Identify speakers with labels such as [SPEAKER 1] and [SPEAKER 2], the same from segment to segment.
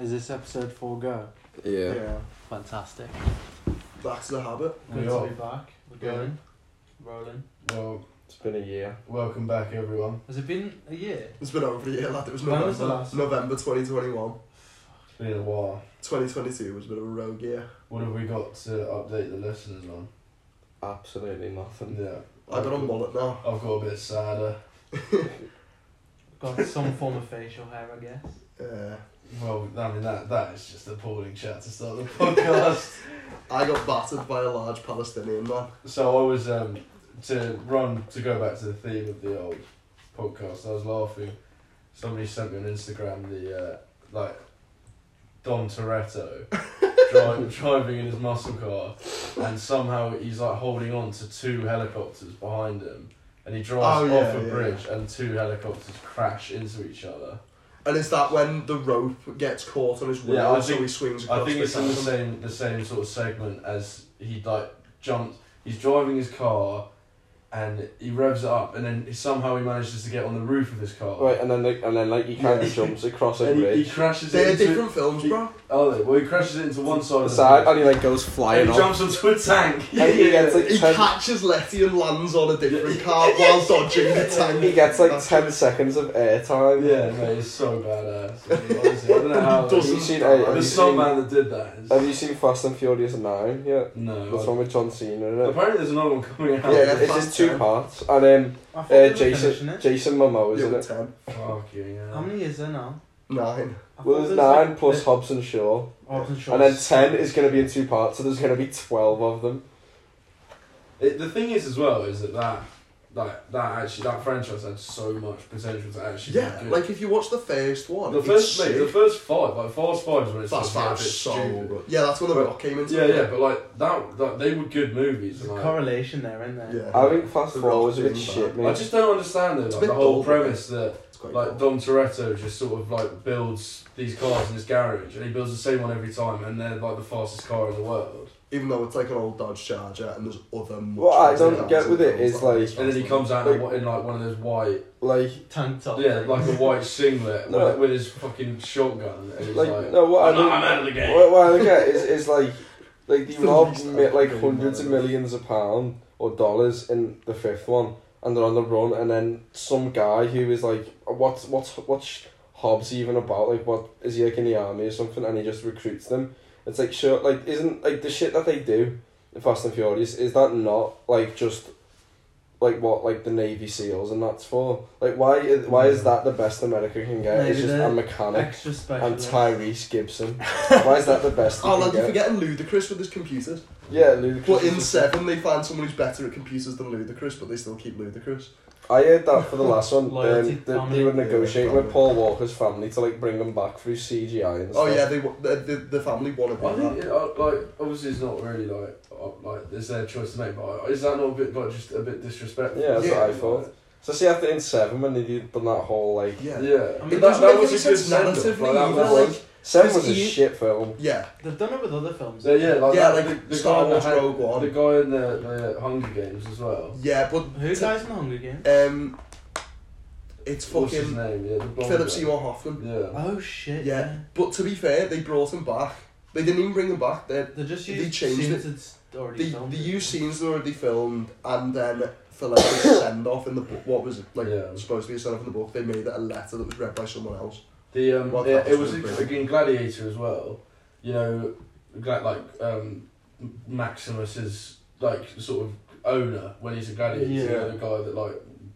[SPEAKER 1] Is this episode four go?
[SPEAKER 2] Yeah.
[SPEAKER 1] Fantastic.
[SPEAKER 3] That's the habit.
[SPEAKER 1] Good
[SPEAKER 4] We
[SPEAKER 1] to
[SPEAKER 4] are.
[SPEAKER 1] be back. We're
[SPEAKER 4] Yeah.
[SPEAKER 1] going. Rolling.
[SPEAKER 4] Well,
[SPEAKER 2] It's been a year.
[SPEAKER 4] welcome back everyone.
[SPEAKER 1] Has it been a year?
[SPEAKER 3] It's been over a year, lad. It was
[SPEAKER 1] When
[SPEAKER 3] November,
[SPEAKER 1] was the last one?
[SPEAKER 3] November 2021.
[SPEAKER 4] It's been a while.
[SPEAKER 3] 2022 was a bit of a rogue year.
[SPEAKER 4] What have we got to update the listeners on?
[SPEAKER 2] Absolutely nothing.
[SPEAKER 4] Yeah.
[SPEAKER 3] I got a mullet now.
[SPEAKER 4] I've got a bit sadder.
[SPEAKER 1] Got some form of facial hair, I guess.
[SPEAKER 3] Uh,
[SPEAKER 4] Well, I mean that that is just appalling chat to start the podcast.
[SPEAKER 3] I got battered by a large Palestinian man.
[SPEAKER 4] so I was um to run to go back to the theme of the old podcast. I was laughing. Somebody sent me on Instagram the uh, like Don Toretto dri- driving in his muscle car, and somehow he's like holding on to two helicopters behind him, and he
[SPEAKER 3] Oh,
[SPEAKER 4] drives
[SPEAKER 3] yeah,
[SPEAKER 4] off a
[SPEAKER 3] yeah.
[SPEAKER 4] bridge, and two helicopters crash into each other.
[SPEAKER 3] And is that when the rope gets caught on his window
[SPEAKER 4] Yeah, I
[SPEAKER 3] so
[SPEAKER 4] think-
[SPEAKER 3] he swings across
[SPEAKER 4] I think
[SPEAKER 3] the
[SPEAKER 4] it's in the
[SPEAKER 3] chasm?
[SPEAKER 4] same the same sort of segment as he like jumps. He's driving his car, and he revs it up, and then somehow he manages to get on the roof of his car.
[SPEAKER 2] Right, and then like, and then like he kind of jumps across a
[SPEAKER 4] And he,
[SPEAKER 2] bridge.
[SPEAKER 4] he crashes it
[SPEAKER 3] They're
[SPEAKER 4] into
[SPEAKER 3] different films, bro.
[SPEAKER 4] oh they- well he crashes it into one side of the
[SPEAKER 2] Aside,
[SPEAKER 4] bridge,
[SPEAKER 2] and he like goes
[SPEAKER 4] and
[SPEAKER 2] flying
[SPEAKER 4] he
[SPEAKER 2] off.
[SPEAKER 4] jumps onto a tank.
[SPEAKER 2] And he gets like
[SPEAKER 3] He
[SPEAKER 2] ten.
[SPEAKER 3] catches Letty and lands on a different car while dodging the tank.
[SPEAKER 2] He gets like
[SPEAKER 3] That's-
[SPEAKER 2] ten seconds of airtime.
[SPEAKER 4] yeah, mate, it's so badass. Honestly, I don't know how.
[SPEAKER 2] Have
[SPEAKER 3] Doesn't-
[SPEAKER 2] you seen? Hey, have, you
[SPEAKER 4] the
[SPEAKER 2] seen
[SPEAKER 4] stuntman that did that is
[SPEAKER 2] have you seen Fast and Furious Nine? Yeah,
[SPEAKER 4] no.
[SPEAKER 2] that's
[SPEAKER 4] I-
[SPEAKER 2] one with John Cena. Isn't it?
[SPEAKER 4] apparently, there's another one coming out.
[SPEAKER 2] Yeah,
[SPEAKER 3] Yeah,
[SPEAKER 2] it's
[SPEAKER 3] Fast
[SPEAKER 2] just two
[SPEAKER 3] 10.
[SPEAKER 2] parts, and um,
[SPEAKER 1] I thought we
[SPEAKER 2] uh,
[SPEAKER 1] were finishing
[SPEAKER 2] Jason
[SPEAKER 1] it.
[SPEAKER 2] Jason Momoa's in
[SPEAKER 3] Yeah,
[SPEAKER 2] it.
[SPEAKER 3] ten,
[SPEAKER 4] Fucking yeah.
[SPEAKER 1] How many is there now?
[SPEAKER 3] nine.
[SPEAKER 1] I
[SPEAKER 2] Well,
[SPEAKER 1] thought there
[SPEAKER 2] there's
[SPEAKER 1] was
[SPEAKER 2] nine
[SPEAKER 1] like-
[SPEAKER 2] plus
[SPEAKER 1] there-
[SPEAKER 2] Hobbs and Shaw,
[SPEAKER 1] Oh, I wasn't sure.
[SPEAKER 2] and then ten is going to be in two parts, so there's going to be twelve of them.
[SPEAKER 4] It, the thing is, as well, is that that like that actually that franchise had so much potential to actually
[SPEAKER 3] Yeah,
[SPEAKER 4] be good.
[SPEAKER 3] like if you watch the first one,
[SPEAKER 4] the
[SPEAKER 3] it's
[SPEAKER 4] first mate, the
[SPEAKER 3] sick.
[SPEAKER 4] first five, like Fast Five, is when it's
[SPEAKER 3] Fast
[SPEAKER 4] like, a
[SPEAKER 3] Five
[SPEAKER 4] bit
[SPEAKER 3] is so
[SPEAKER 4] stupid.
[SPEAKER 3] good. Yeah, that's when the
[SPEAKER 4] But-
[SPEAKER 3] rock came into
[SPEAKER 4] Yeah,
[SPEAKER 3] it.
[SPEAKER 4] yeah, but like that, that they were good movies.
[SPEAKER 1] There's
[SPEAKER 4] And,
[SPEAKER 1] a
[SPEAKER 4] like,
[SPEAKER 1] correlation there, isn't there?
[SPEAKER 3] Yeah.
[SPEAKER 2] I think Fast
[SPEAKER 3] The
[SPEAKER 2] Four
[SPEAKER 3] Rock
[SPEAKER 2] was a bit
[SPEAKER 3] being
[SPEAKER 2] shit,
[SPEAKER 4] I
[SPEAKER 2] mate.
[SPEAKER 4] just don't understand though,
[SPEAKER 3] It's a
[SPEAKER 4] like, the
[SPEAKER 3] bit
[SPEAKER 4] whole
[SPEAKER 3] dull,
[SPEAKER 4] premise that
[SPEAKER 3] It's quite
[SPEAKER 4] like
[SPEAKER 3] cool.
[SPEAKER 4] Dom Toretto just sort of like builds these cars in his garage, and he builds the same one every time, and they're like the fastest car in the world.
[SPEAKER 3] Even though it's like an old Dodge Charger and there's other. much
[SPEAKER 2] What I don't
[SPEAKER 3] better
[SPEAKER 2] get with it
[SPEAKER 3] cars
[SPEAKER 2] is,
[SPEAKER 3] out there.
[SPEAKER 2] like-
[SPEAKER 4] And then he comes out in, a- in like one of those white,
[SPEAKER 2] Like,
[SPEAKER 1] Tank top.
[SPEAKER 4] yeah, like a white singlet
[SPEAKER 2] No.
[SPEAKER 4] with, with his fucking shotgun, and he's
[SPEAKER 2] like,
[SPEAKER 4] like,
[SPEAKER 2] no, what I
[SPEAKER 4] "I'm
[SPEAKER 2] don't,
[SPEAKER 4] out- I'm out of the game.
[SPEAKER 2] What, what I look at is, is like, like they
[SPEAKER 3] It's the
[SPEAKER 2] robbed
[SPEAKER 3] least
[SPEAKER 2] mi- like
[SPEAKER 3] outgoing
[SPEAKER 2] hundreds of
[SPEAKER 3] model.
[SPEAKER 2] millions of pound or dollars in the fifth one, and they're on the run, and then some guy who is like, what's what's what's Hobbs even about? Like, what is he like in the army or something? And he just recruits them. It's like sure, like isn't like the shit that they do in Fast and Furious is that not like just. Like what, like the Navy SEALs, and that's for like why? i- Why is that the best America can get?
[SPEAKER 1] Maybe
[SPEAKER 2] it's just
[SPEAKER 1] they're
[SPEAKER 2] a mechanic
[SPEAKER 1] Extra special.
[SPEAKER 2] and Tyrese Gibson. Why is that the best? you
[SPEAKER 3] Oh,
[SPEAKER 2] can
[SPEAKER 3] lad, you're
[SPEAKER 2] get?
[SPEAKER 3] forgetting Ludacris with his computers.
[SPEAKER 2] Yeah, Ludacris.
[SPEAKER 3] But in
[SPEAKER 2] is-
[SPEAKER 3] Seven, they find someone who's better at computers than Ludacris, but they still keep Ludacris.
[SPEAKER 2] I heard that for the last one.
[SPEAKER 1] Loyalty,
[SPEAKER 2] um, that
[SPEAKER 1] family.
[SPEAKER 2] they were negotiating
[SPEAKER 3] Yeah,
[SPEAKER 2] with Paul Walker's family to like bring him back through CGI and stuff.
[SPEAKER 3] Oh yeah, they wa- the the, the family wanted
[SPEAKER 4] I think
[SPEAKER 3] that.
[SPEAKER 4] it, uh, like obviously it's not really like uh, like it's their choice to make, but is that not a bit like just a bit disrespectful?
[SPEAKER 2] Yeah, that's
[SPEAKER 3] Yeah.
[SPEAKER 2] what I thought. So see, after in seven when they did done that whole like
[SPEAKER 3] Yeah.
[SPEAKER 4] Yeah,
[SPEAKER 1] I
[SPEAKER 4] But
[SPEAKER 1] mean,
[SPEAKER 3] It
[SPEAKER 4] that,
[SPEAKER 3] doesn't
[SPEAKER 4] that
[SPEAKER 3] make
[SPEAKER 4] was
[SPEAKER 3] any
[SPEAKER 4] a good
[SPEAKER 3] sense
[SPEAKER 4] send
[SPEAKER 3] narratively
[SPEAKER 4] off. Like, that
[SPEAKER 3] either,
[SPEAKER 4] was
[SPEAKER 3] like-
[SPEAKER 2] seven was a
[SPEAKER 3] Because he-
[SPEAKER 2] shit film.
[SPEAKER 3] Yeah,
[SPEAKER 1] They've done it with other films.
[SPEAKER 4] so, yeah,
[SPEAKER 2] Oh,
[SPEAKER 4] like,
[SPEAKER 3] Yeah,
[SPEAKER 4] that-
[SPEAKER 3] like
[SPEAKER 4] the, the
[SPEAKER 3] Star
[SPEAKER 4] guy
[SPEAKER 3] Wars
[SPEAKER 4] that had-
[SPEAKER 3] Rogue One.
[SPEAKER 4] the guy in the, the Hunger Games as well.
[SPEAKER 3] yeah, but
[SPEAKER 1] Who dies in the Hunger Games?
[SPEAKER 3] um, it's
[SPEAKER 4] What's his
[SPEAKER 3] fucking
[SPEAKER 4] name? Yeah, the blonde
[SPEAKER 3] Philip
[SPEAKER 4] guy.
[SPEAKER 3] Seymour Hoffman.
[SPEAKER 4] Yeah,
[SPEAKER 1] Oh shit.
[SPEAKER 3] Yeah. But to be fair, they brought him back. They didn't even bring him back. They
[SPEAKER 1] They just
[SPEAKER 3] They
[SPEAKER 1] used
[SPEAKER 3] changed
[SPEAKER 1] scenes that's already
[SPEAKER 3] they,
[SPEAKER 1] filmed.
[SPEAKER 3] they used scenes that were already filmed, and then for like the send off in the book, what was it like
[SPEAKER 4] Yeah.
[SPEAKER 3] supposed to be a send off in the book? They made it a letter that was read by someone else.
[SPEAKER 4] the um,
[SPEAKER 3] Well,
[SPEAKER 4] yeah,
[SPEAKER 3] that
[SPEAKER 4] it
[SPEAKER 3] was
[SPEAKER 4] was
[SPEAKER 3] really
[SPEAKER 4] again Gladiator as well. You know, gla- like um, Maximus's like sort of owner when he's a gladiator, you know,
[SPEAKER 2] Yeah.
[SPEAKER 4] the guy that like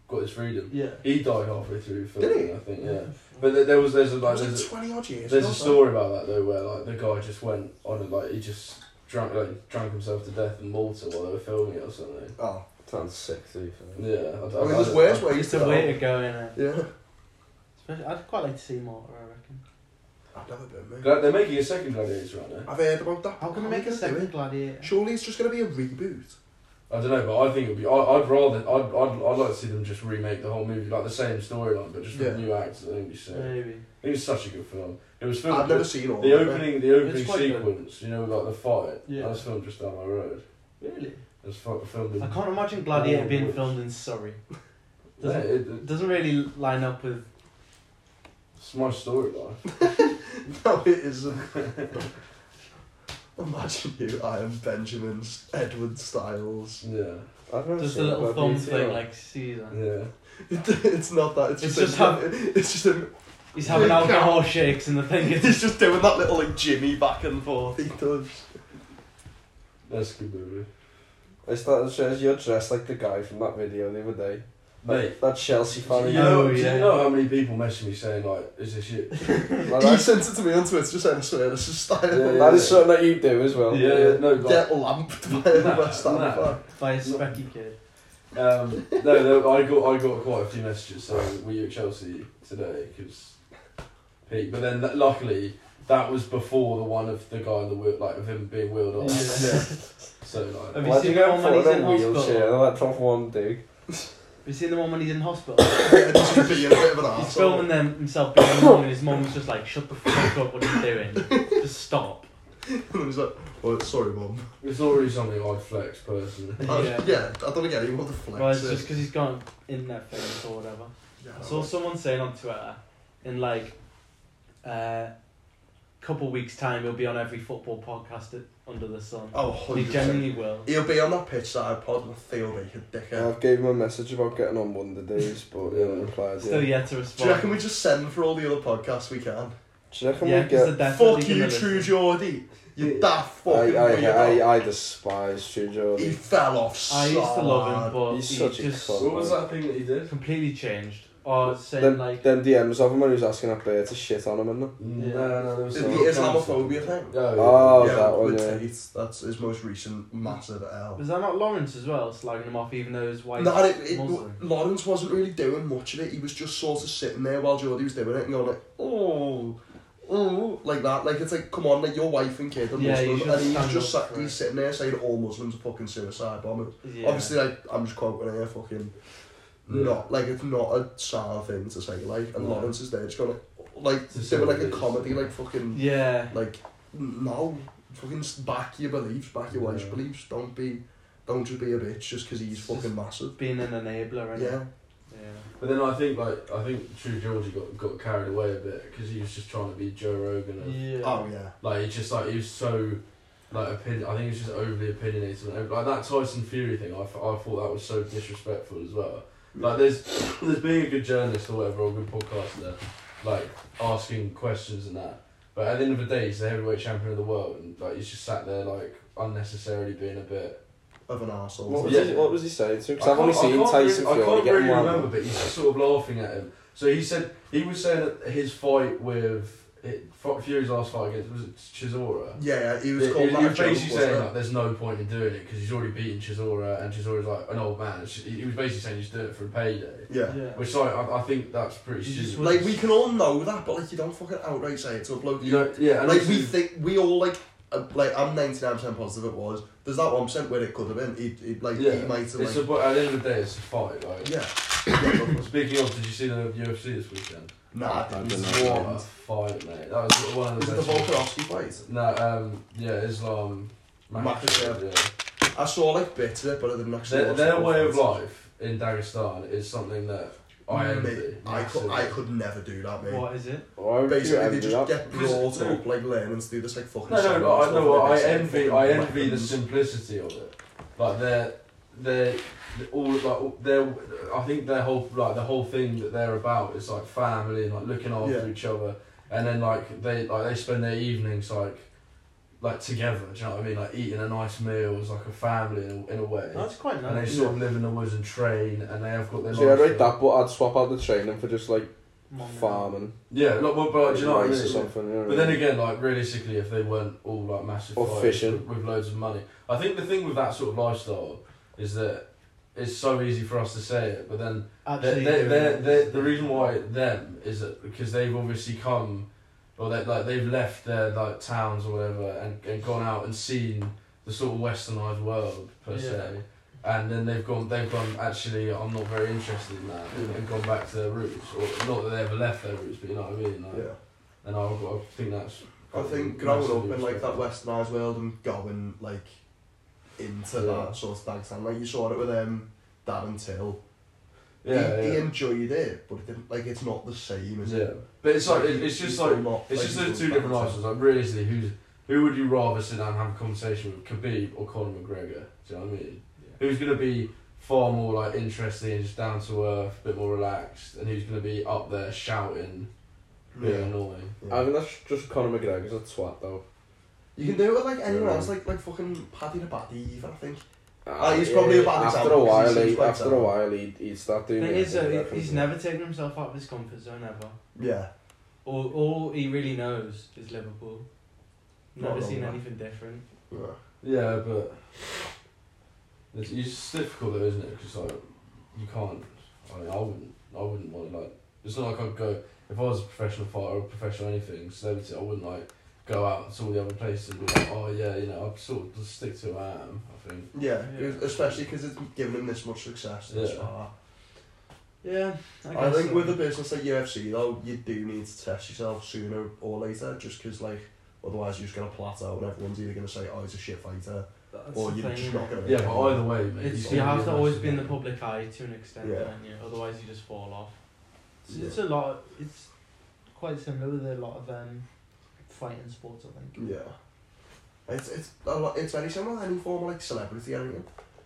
[SPEAKER 4] got his freedom.
[SPEAKER 1] Yeah.
[SPEAKER 4] He died halfway through filming,
[SPEAKER 3] Did he?
[SPEAKER 4] I think, yeah. But there, there was there's a
[SPEAKER 3] That
[SPEAKER 4] like
[SPEAKER 3] was like
[SPEAKER 4] there's
[SPEAKER 3] twenty odd
[SPEAKER 4] a,
[SPEAKER 3] years.
[SPEAKER 4] there's a
[SPEAKER 3] ago,
[SPEAKER 4] story about that though where like the guy just went on and like he just drank like drank himself to death in Malta while they were filming it or something.
[SPEAKER 3] though. Oh,
[SPEAKER 2] Sounds sick to be fair.
[SPEAKER 4] Yeah, I,
[SPEAKER 3] I mean, there's worse ways
[SPEAKER 1] It's
[SPEAKER 3] to
[SPEAKER 1] a
[SPEAKER 3] go.
[SPEAKER 1] way to go in it.
[SPEAKER 3] Yeah,
[SPEAKER 1] Especially, I'd quite like to see more. I reckon.
[SPEAKER 3] I've never been. Mate.
[SPEAKER 4] Gla- they're making a second Gladiator, aren't they?
[SPEAKER 3] I've heard about that.
[SPEAKER 1] How can
[SPEAKER 3] How
[SPEAKER 1] we
[SPEAKER 3] are
[SPEAKER 1] make
[SPEAKER 3] they
[SPEAKER 1] a
[SPEAKER 3] gonna do
[SPEAKER 1] second
[SPEAKER 3] it?
[SPEAKER 1] Gladiator?
[SPEAKER 3] Surely it's just gonna be a reboot.
[SPEAKER 4] I don't know, but I think it'd be. I, I'd rather. I'd, I'd. I'd like to see them just remake the whole movie, like the same storyline, but just with
[SPEAKER 3] Yeah.
[SPEAKER 4] new actors. I think it'd be sick. I
[SPEAKER 1] Maybe.
[SPEAKER 4] think it's such a good film. It was filmed.
[SPEAKER 3] I've never seen all.
[SPEAKER 4] the
[SPEAKER 3] of it.
[SPEAKER 4] opening. The opening
[SPEAKER 1] It's quite good.
[SPEAKER 4] sequence. You know, like the fight.
[SPEAKER 1] Yeah.
[SPEAKER 4] That was filmed just down my road.
[SPEAKER 1] Really?
[SPEAKER 4] It was fu- filmed. In,
[SPEAKER 1] I can't imagine Gladiator
[SPEAKER 4] Oh,
[SPEAKER 1] being
[SPEAKER 4] woods.
[SPEAKER 1] filmed in Surrey.
[SPEAKER 4] Yeah,
[SPEAKER 1] Doesn't
[SPEAKER 4] it- it-
[SPEAKER 1] doesn't really line up with.
[SPEAKER 4] it's my storyline.
[SPEAKER 3] No, no, it isn't. Imagine you, I am Benjamin's Edward Styles.
[SPEAKER 4] Yeah. uh,
[SPEAKER 2] I've never
[SPEAKER 1] Just a
[SPEAKER 2] seen
[SPEAKER 1] little
[SPEAKER 2] that
[SPEAKER 1] thumb
[SPEAKER 2] movie,
[SPEAKER 1] thing,
[SPEAKER 2] yeah.
[SPEAKER 1] like Caesar.
[SPEAKER 4] Yeah.
[SPEAKER 3] It, it's not that. It's
[SPEAKER 1] It's
[SPEAKER 3] just,
[SPEAKER 1] just
[SPEAKER 3] him- it's just him,
[SPEAKER 1] He's having alcohol shakes and the thing is.
[SPEAKER 3] he's just doing that little like Jimmy back and forth. He does.
[SPEAKER 4] That's a good movie.
[SPEAKER 2] I started says you're dressed like the guy from that video the other day.
[SPEAKER 4] Mate.
[SPEAKER 2] That Chelsea fan.
[SPEAKER 1] Oh,
[SPEAKER 4] Do you,
[SPEAKER 2] again.
[SPEAKER 4] know, do
[SPEAKER 1] yeah.
[SPEAKER 4] you know how many people message me saying like, "Is this you?"
[SPEAKER 2] Like,
[SPEAKER 3] he
[SPEAKER 2] that,
[SPEAKER 3] sent it to me on Twitter just saying, I swear, this is style.
[SPEAKER 4] Yeah, yeah.
[SPEAKER 2] that is something that you do as well.
[SPEAKER 4] no, like,
[SPEAKER 3] Get lamped by a
[SPEAKER 4] Nah,
[SPEAKER 3] West Ham
[SPEAKER 4] nah.
[SPEAKER 3] fan.
[SPEAKER 1] By a specky kid.
[SPEAKER 4] Um, no, no, I got I got quite a few messages. So were you at Chelsea today? Because Pete. But then that, luckily that was before the one of the guy in the wheel, like of him being wheeled off.
[SPEAKER 1] Yeah.
[SPEAKER 4] So
[SPEAKER 1] Have
[SPEAKER 4] like,
[SPEAKER 1] you
[SPEAKER 2] Why'd
[SPEAKER 1] seen
[SPEAKER 2] you go
[SPEAKER 1] the one
[SPEAKER 2] for
[SPEAKER 1] when
[SPEAKER 2] it
[SPEAKER 1] he's
[SPEAKER 2] in
[SPEAKER 1] in
[SPEAKER 2] a
[SPEAKER 1] hospital?
[SPEAKER 2] wheelchair? That proper one, dude.
[SPEAKER 1] Have you seen the one when he's in hospital?
[SPEAKER 3] Yeah, just being a bit of an arsehole.
[SPEAKER 1] He's filming them himself being mum and his mum's just like, shut the fuck up, what are you doing? Just stop.
[SPEAKER 3] And he's like, oh, sorry, mum.
[SPEAKER 4] it's already something I'd flex personally.
[SPEAKER 3] I-
[SPEAKER 1] Yeah.
[SPEAKER 3] Oh, yeah, I don't get anyone to flex
[SPEAKER 1] Well, it's
[SPEAKER 3] it.
[SPEAKER 1] just because he's gone in their face or whatever.
[SPEAKER 3] Yeah,
[SPEAKER 1] I saw someone saying on Twitter, in like a couple weeks' time, he'll be on every football podcast at- under the sun.
[SPEAKER 3] Oh,
[SPEAKER 1] And he
[SPEAKER 3] 100%.
[SPEAKER 1] genuinely will.
[SPEAKER 3] He'll be on that pitch side pod with Theo make a dickhead.
[SPEAKER 2] I've gave him a message about getting on Wonder Days, but he hasn't replied
[SPEAKER 1] Still
[SPEAKER 2] yet.
[SPEAKER 1] yet to
[SPEAKER 3] Do you reckon we
[SPEAKER 1] respond.
[SPEAKER 3] just send for all the other podcasts we can?
[SPEAKER 2] Do you reckon
[SPEAKER 1] Yeah,
[SPEAKER 2] we
[SPEAKER 1] 'cause they're
[SPEAKER 2] get?
[SPEAKER 1] definitely
[SPEAKER 3] Fuck you,
[SPEAKER 1] gonna
[SPEAKER 3] True
[SPEAKER 1] listen.
[SPEAKER 3] Geordie. You daft
[SPEAKER 2] I,
[SPEAKER 3] fucking
[SPEAKER 2] I,
[SPEAKER 3] weirdo.
[SPEAKER 2] I, I despise True
[SPEAKER 3] he
[SPEAKER 2] Jordan.
[SPEAKER 3] fell off so
[SPEAKER 1] I used to love him,
[SPEAKER 3] hard.
[SPEAKER 1] but
[SPEAKER 2] He's
[SPEAKER 1] he
[SPEAKER 2] such a
[SPEAKER 1] just
[SPEAKER 2] cunt.
[SPEAKER 4] What was that thing that he did?
[SPEAKER 1] completely changed. Or saying
[SPEAKER 2] Them,
[SPEAKER 1] like,
[SPEAKER 2] them DMs of him when he was asking that bear to shit on him, and them.
[SPEAKER 4] No, no, no. There was
[SPEAKER 3] The
[SPEAKER 4] some-
[SPEAKER 3] Islamophobia thing.
[SPEAKER 4] No,
[SPEAKER 2] Oh,
[SPEAKER 3] yeah,
[SPEAKER 2] that one,
[SPEAKER 3] with
[SPEAKER 2] yeah.
[SPEAKER 3] Tate, that's his most recent massive L.
[SPEAKER 1] was that not Lawrence as well, slagging him off, even though he's white
[SPEAKER 3] No, it, it,
[SPEAKER 1] Muslim?
[SPEAKER 3] Lawrence wasn't really doing much of it. He was just sort of sitting there while Geordie was doing it and going like, oh, oh, like that. Like it's like, come on, like your wife and kid are
[SPEAKER 1] Yeah, you
[SPEAKER 3] Muslim,
[SPEAKER 1] should
[SPEAKER 3] and he's
[SPEAKER 1] stand
[SPEAKER 3] just
[SPEAKER 1] up
[SPEAKER 3] sat,
[SPEAKER 1] for it.
[SPEAKER 3] he's sitting there saying all Muslims are fucking suicide bombers.
[SPEAKER 1] Yeah.
[SPEAKER 3] Obviously, like I'm just quoting here, fucking
[SPEAKER 4] Yeah.
[SPEAKER 3] not like it's not a sad thing to say. Like, and
[SPEAKER 4] No.
[SPEAKER 3] Lawrence is there, just going like
[SPEAKER 4] To say
[SPEAKER 3] doing like
[SPEAKER 4] what
[SPEAKER 3] a
[SPEAKER 4] it is.
[SPEAKER 3] comedy, like fucking
[SPEAKER 1] Yeah.
[SPEAKER 3] like no, fucking s- back your beliefs, back your wife's
[SPEAKER 4] Yeah.
[SPEAKER 3] beliefs. Don't be, don't just be a bitch just because he's
[SPEAKER 1] Just-
[SPEAKER 3] fucking massive.
[SPEAKER 1] Being an enabler, innit?
[SPEAKER 3] Yeah,
[SPEAKER 1] Yeah.
[SPEAKER 4] But then I think like I think True Georgie got, got carried away a bit because he was just trying to be Joe Rogan and
[SPEAKER 1] Yeah.
[SPEAKER 3] oh yeah,
[SPEAKER 4] Like it's just like he was so like opinion. I think it's just overly opinionated. and over- Like that Tyson Fury thing, I, th- I thought that was so disrespectful as well. Like there's there's being a good journalist or whatever or a good podcaster, like asking questions and that. But at the end of the day, he's the heavyweight champion of the world, and like he's just sat there like unnecessarily being a bit.
[SPEAKER 3] of an arsehole.
[SPEAKER 2] What was,
[SPEAKER 4] Yeah.
[SPEAKER 2] he, what was he saying to him?
[SPEAKER 4] I
[SPEAKER 2] Because I've only
[SPEAKER 4] can't- I
[SPEAKER 2] seen
[SPEAKER 4] can't
[SPEAKER 2] Tyson
[SPEAKER 4] really- I
[SPEAKER 2] Fury
[SPEAKER 4] can't
[SPEAKER 2] getting
[SPEAKER 4] really
[SPEAKER 2] one.
[SPEAKER 4] remember, but he's just sort of laughing at him. So he said he was saying that his fight with Fury's last fight against was it Chisora?
[SPEAKER 3] Yeah, yeah, he was
[SPEAKER 4] He-
[SPEAKER 3] called
[SPEAKER 4] he-
[SPEAKER 3] that.
[SPEAKER 4] he
[SPEAKER 3] a
[SPEAKER 4] was
[SPEAKER 3] joke,
[SPEAKER 4] basically
[SPEAKER 3] wasn't
[SPEAKER 4] saying
[SPEAKER 3] it?
[SPEAKER 4] like, there's no point in doing it because he's already beaten Chisora and Chisora's like an old man. It's- He he was basically saying just do it for a payday,
[SPEAKER 3] Yeah.
[SPEAKER 1] Yeah.
[SPEAKER 4] which like I, I think that's pretty
[SPEAKER 1] You just
[SPEAKER 4] stupid.
[SPEAKER 3] Like we can all know that, but like you don't fucking outright say it to a bloke.
[SPEAKER 4] You know, yeah, and
[SPEAKER 3] like
[SPEAKER 4] also-
[SPEAKER 3] we think we all like uh, like I'm ninety nine percent positive it was. There's that one percent where it could have been. He, he like
[SPEAKER 4] Yeah.
[SPEAKER 3] he might have
[SPEAKER 4] It's
[SPEAKER 3] like
[SPEAKER 4] about at the end of the day, it's a fight. Like,
[SPEAKER 3] yeah. yeah.
[SPEAKER 4] speaking of, did you see the UFC this weekend?
[SPEAKER 3] nah,
[SPEAKER 2] I
[SPEAKER 3] I
[SPEAKER 2] don't
[SPEAKER 3] didn't.
[SPEAKER 2] know.
[SPEAKER 4] What a fight, mate! That was one of the
[SPEAKER 3] Is it the
[SPEAKER 4] best.
[SPEAKER 3] Volkanovski fight?
[SPEAKER 4] no, um, yeah, Islam.
[SPEAKER 3] Makachev.
[SPEAKER 4] Yeah.
[SPEAKER 3] I saw like bits of it, but I didn't actually.
[SPEAKER 4] Their,
[SPEAKER 3] watch
[SPEAKER 4] their
[SPEAKER 3] the whole
[SPEAKER 4] way of
[SPEAKER 3] fight.
[SPEAKER 4] life in Dagestan is something that I
[SPEAKER 3] Mate,
[SPEAKER 4] envy.
[SPEAKER 3] I could, I
[SPEAKER 4] massively.
[SPEAKER 3] could never do that, mate.
[SPEAKER 1] What is it?
[SPEAKER 2] Why would you
[SPEAKER 3] Basically,
[SPEAKER 2] envy
[SPEAKER 3] they
[SPEAKER 2] that?
[SPEAKER 3] just get
[SPEAKER 4] Because-
[SPEAKER 3] brought up like learning to do this like fucking.
[SPEAKER 4] No, no,
[SPEAKER 3] ceremony
[SPEAKER 4] no, I
[SPEAKER 3] stuff
[SPEAKER 4] know.
[SPEAKER 3] where
[SPEAKER 4] I
[SPEAKER 3] they get
[SPEAKER 4] envy.
[SPEAKER 3] fucking
[SPEAKER 4] I envy the
[SPEAKER 3] weapons.
[SPEAKER 4] simplicity of it. Like they're they're they're all like all- they're. I think their whole like the whole thing that they're about is like family and like looking after
[SPEAKER 3] Yeah.
[SPEAKER 4] each other, and then like they like they spend their evenings like. Like together, do you know what I mean? Like eating a nice meal as like a family in a, in a way,
[SPEAKER 1] That's quite
[SPEAKER 4] and they
[SPEAKER 1] nice.
[SPEAKER 4] sort of live in the woods and train, and they have got their.
[SPEAKER 2] See, I'd
[SPEAKER 4] life
[SPEAKER 2] rate that, but I'd swap out the training for just like
[SPEAKER 1] Mum,
[SPEAKER 2] farming,
[SPEAKER 4] Yeah, like, well, but do you know what I
[SPEAKER 2] rice or
[SPEAKER 4] mean?
[SPEAKER 2] something. You know
[SPEAKER 4] But then again, like realistically, if they weren't all like massive
[SPEAKER 2] Or
[SPEAKER 4] fighters
[SPEAKER 2] fishing.
[SPEAKER 4] with, with loads of money, I think the thing with that sort of lifestyle is that it's so easy for us to say it, but then they're,
[SPEAKER 1] Actually,
[SPEAKER 4] they're,
[SPEAKER 1] doing
[SPEAKER 4] they're,
[SPEAKER 1] it.
[SPEAKER 4] they're, the reason why them is that because they've obviously come, or they like they've left their like towns or whatever and, and gone out and seen the sort of westernized world per se. And then they've gone. They've gone. Actually, I'm not very interested in that, and, and gone back to their roots. Or not that they ever left their roots, but you know what I mean. Like,
[SPEAKER 3] Yeah.
[SPEAKER 4] and I, I think that's.
[SPEAKER 3] I think growing up in like that westernised world and going like into
[SPEAKER 4] Yeah.
[SPEAKER 3] that sort of Dagestan, like you saw it with um, Darren Till,
[SPEAKER 2] Yeah,
[SPEAKER 3] he, he
[SPEAKER 2] yeah.
[SPEAKER 3] enjoyed it, but it didn't, like it's not the same, is
[SPEAKER 2] yeah.
[SPEAKER 3] it?
[SPEAKER 2] But it's like,
[SPEAKER 3] he-
[SPEAKER 2] it- it's
[SPEAKER 3] he's
[SPEAKER 2] just
[SPEAKER 3] still
[SPEAKER 2] like,
[SPEAKER 3] not,
[SPEAKER 2] it's
[SPEAKER 3] like,
[SPEAKER 2] just
[SPEAKER 3] he's
[SPEAKER 2] those
[SPEAKER 3] still
[SPEAKER 2] two different
[SPEAKER 3] balancing.
[SPEAKER 2] lifestyles. Like, realistically, who's, who would you rather sit down and have a conversation with, Khabib or Conor McGregor? Do you know what I mean? Who's going to be far more like interesting, just down to earth, a bit more relaxed, and who's going to be up there shouting, being annoying?
[SPEAKER 3] Yeah.
[SPEAKER 4] I think that's just Conor McGregor's a twat though.
[SPEAKER 3] You can do it with like anyone
[SPEAKER 4] Yeah.
[SPEAKER 3] else, like like fucking Paddy the Batty even I think.
[SPEAKER 4] Ah,
[SPEAKER 3] he's probably a bad
[SPEAKER 4] After a
[SPEAKER 3] example 'cause he
[SPEAKER 4] while,
[SPEAKER 3] seems
[SPEAKER 4] he,
[SPEAKER 3] like
[SPEAKER 4] after
[SPEAKER 3] that.
[SPEAKER 4] a while, he he'd start doing.
[SPEAKER 1] Thing
[SPEAKER 4] it,
[SPEAKER 1] is,
[SPEAKER 4] I think,
[SPEAKER 1] though,
[SPEAKER 4] definitely.
[SPEAKER 1] he, he's never taken himself out of his comfort zone ever.
[SPEAKER 3] Yeah.
[SPEAKER 1] All, all he really knows is Liverpool.
[SPEAKER 3] Not
[SPEAKER 1] Never
[SPEAKER 3] wrong
[SPEAKER 1] seen
[SPEAKER 3] with that.
[SPEAKER 1] anything different.
[SPEAKER 3] Yeah.
[SPEAKER 2] Yeah, but it's, it's just difficult though, isn't it? Because like you can't. I mean, I wouldn't. I wouldn't want to like. It's not like I'd go if I was a professional fighter or professional anything celebrity. I wouldn't like go out to all the other places and be like, oh yeah, you know, I'd sort of just stick to who I am. I think.
[SPEAKER 3] Yeah,
[SPEAKER 1] Yeah.
[SPEAKER 3] especially because it's given him this much success this
[SPEAKER 2] Yeah.
[SPEAKER 3] far.
[SPEAKER 1] Yeah,
[SPEAKER 3] I,
[SPEAKER 1] guess
[SPEAKER 3] think
[SPEAKER 1] so.
[SPEAKER 3] with a business like UFC though, you do need to test yourself sooner or later, just because like otherwise you're just gonna plateau and everyone's either gonna say, "Oh, he's a shit fighter,"
[SPEAKER 1] That's
[SPEAKER 3] or
[SPEAKER 1] the
[SPEAKER 3] you're
[SPEAKER 1] thing,
[SPEAKER 3] just
[SPEAKER 1] innit?
[SPEAKER 3] not gonna.
[SPEAKER 2] Yeah, but either way, mate,
[SPEAKER 1] It's,
[SPEAKER 2] you've
[SPEAKER 1] you
[SPEAKER 2] got
[SPEAKER 1] have
[SPEAKER 2] be
[SPEAKER 1] to
[SPEAKER 2] a
[SPEAKER 1] always
[SPEAKER 2] massive
[SPEAKER 1] be in the
[SPEAKER 2] man.
[SPEAKER 1] public eye to an extent,
[SPEAKER 3] Yeah.
[SPEAKER 1] don't you? Otherwise, you just fall off. It's, it's
[SPEAKER 3] Yeah.
[SPEAKER 1] a lot. it's quite similar with a lot of um, fighting sports, I think.
[SPEAKER 3] Yeah. It's it's a lot, it's very similar to any form of like celebrity or anything.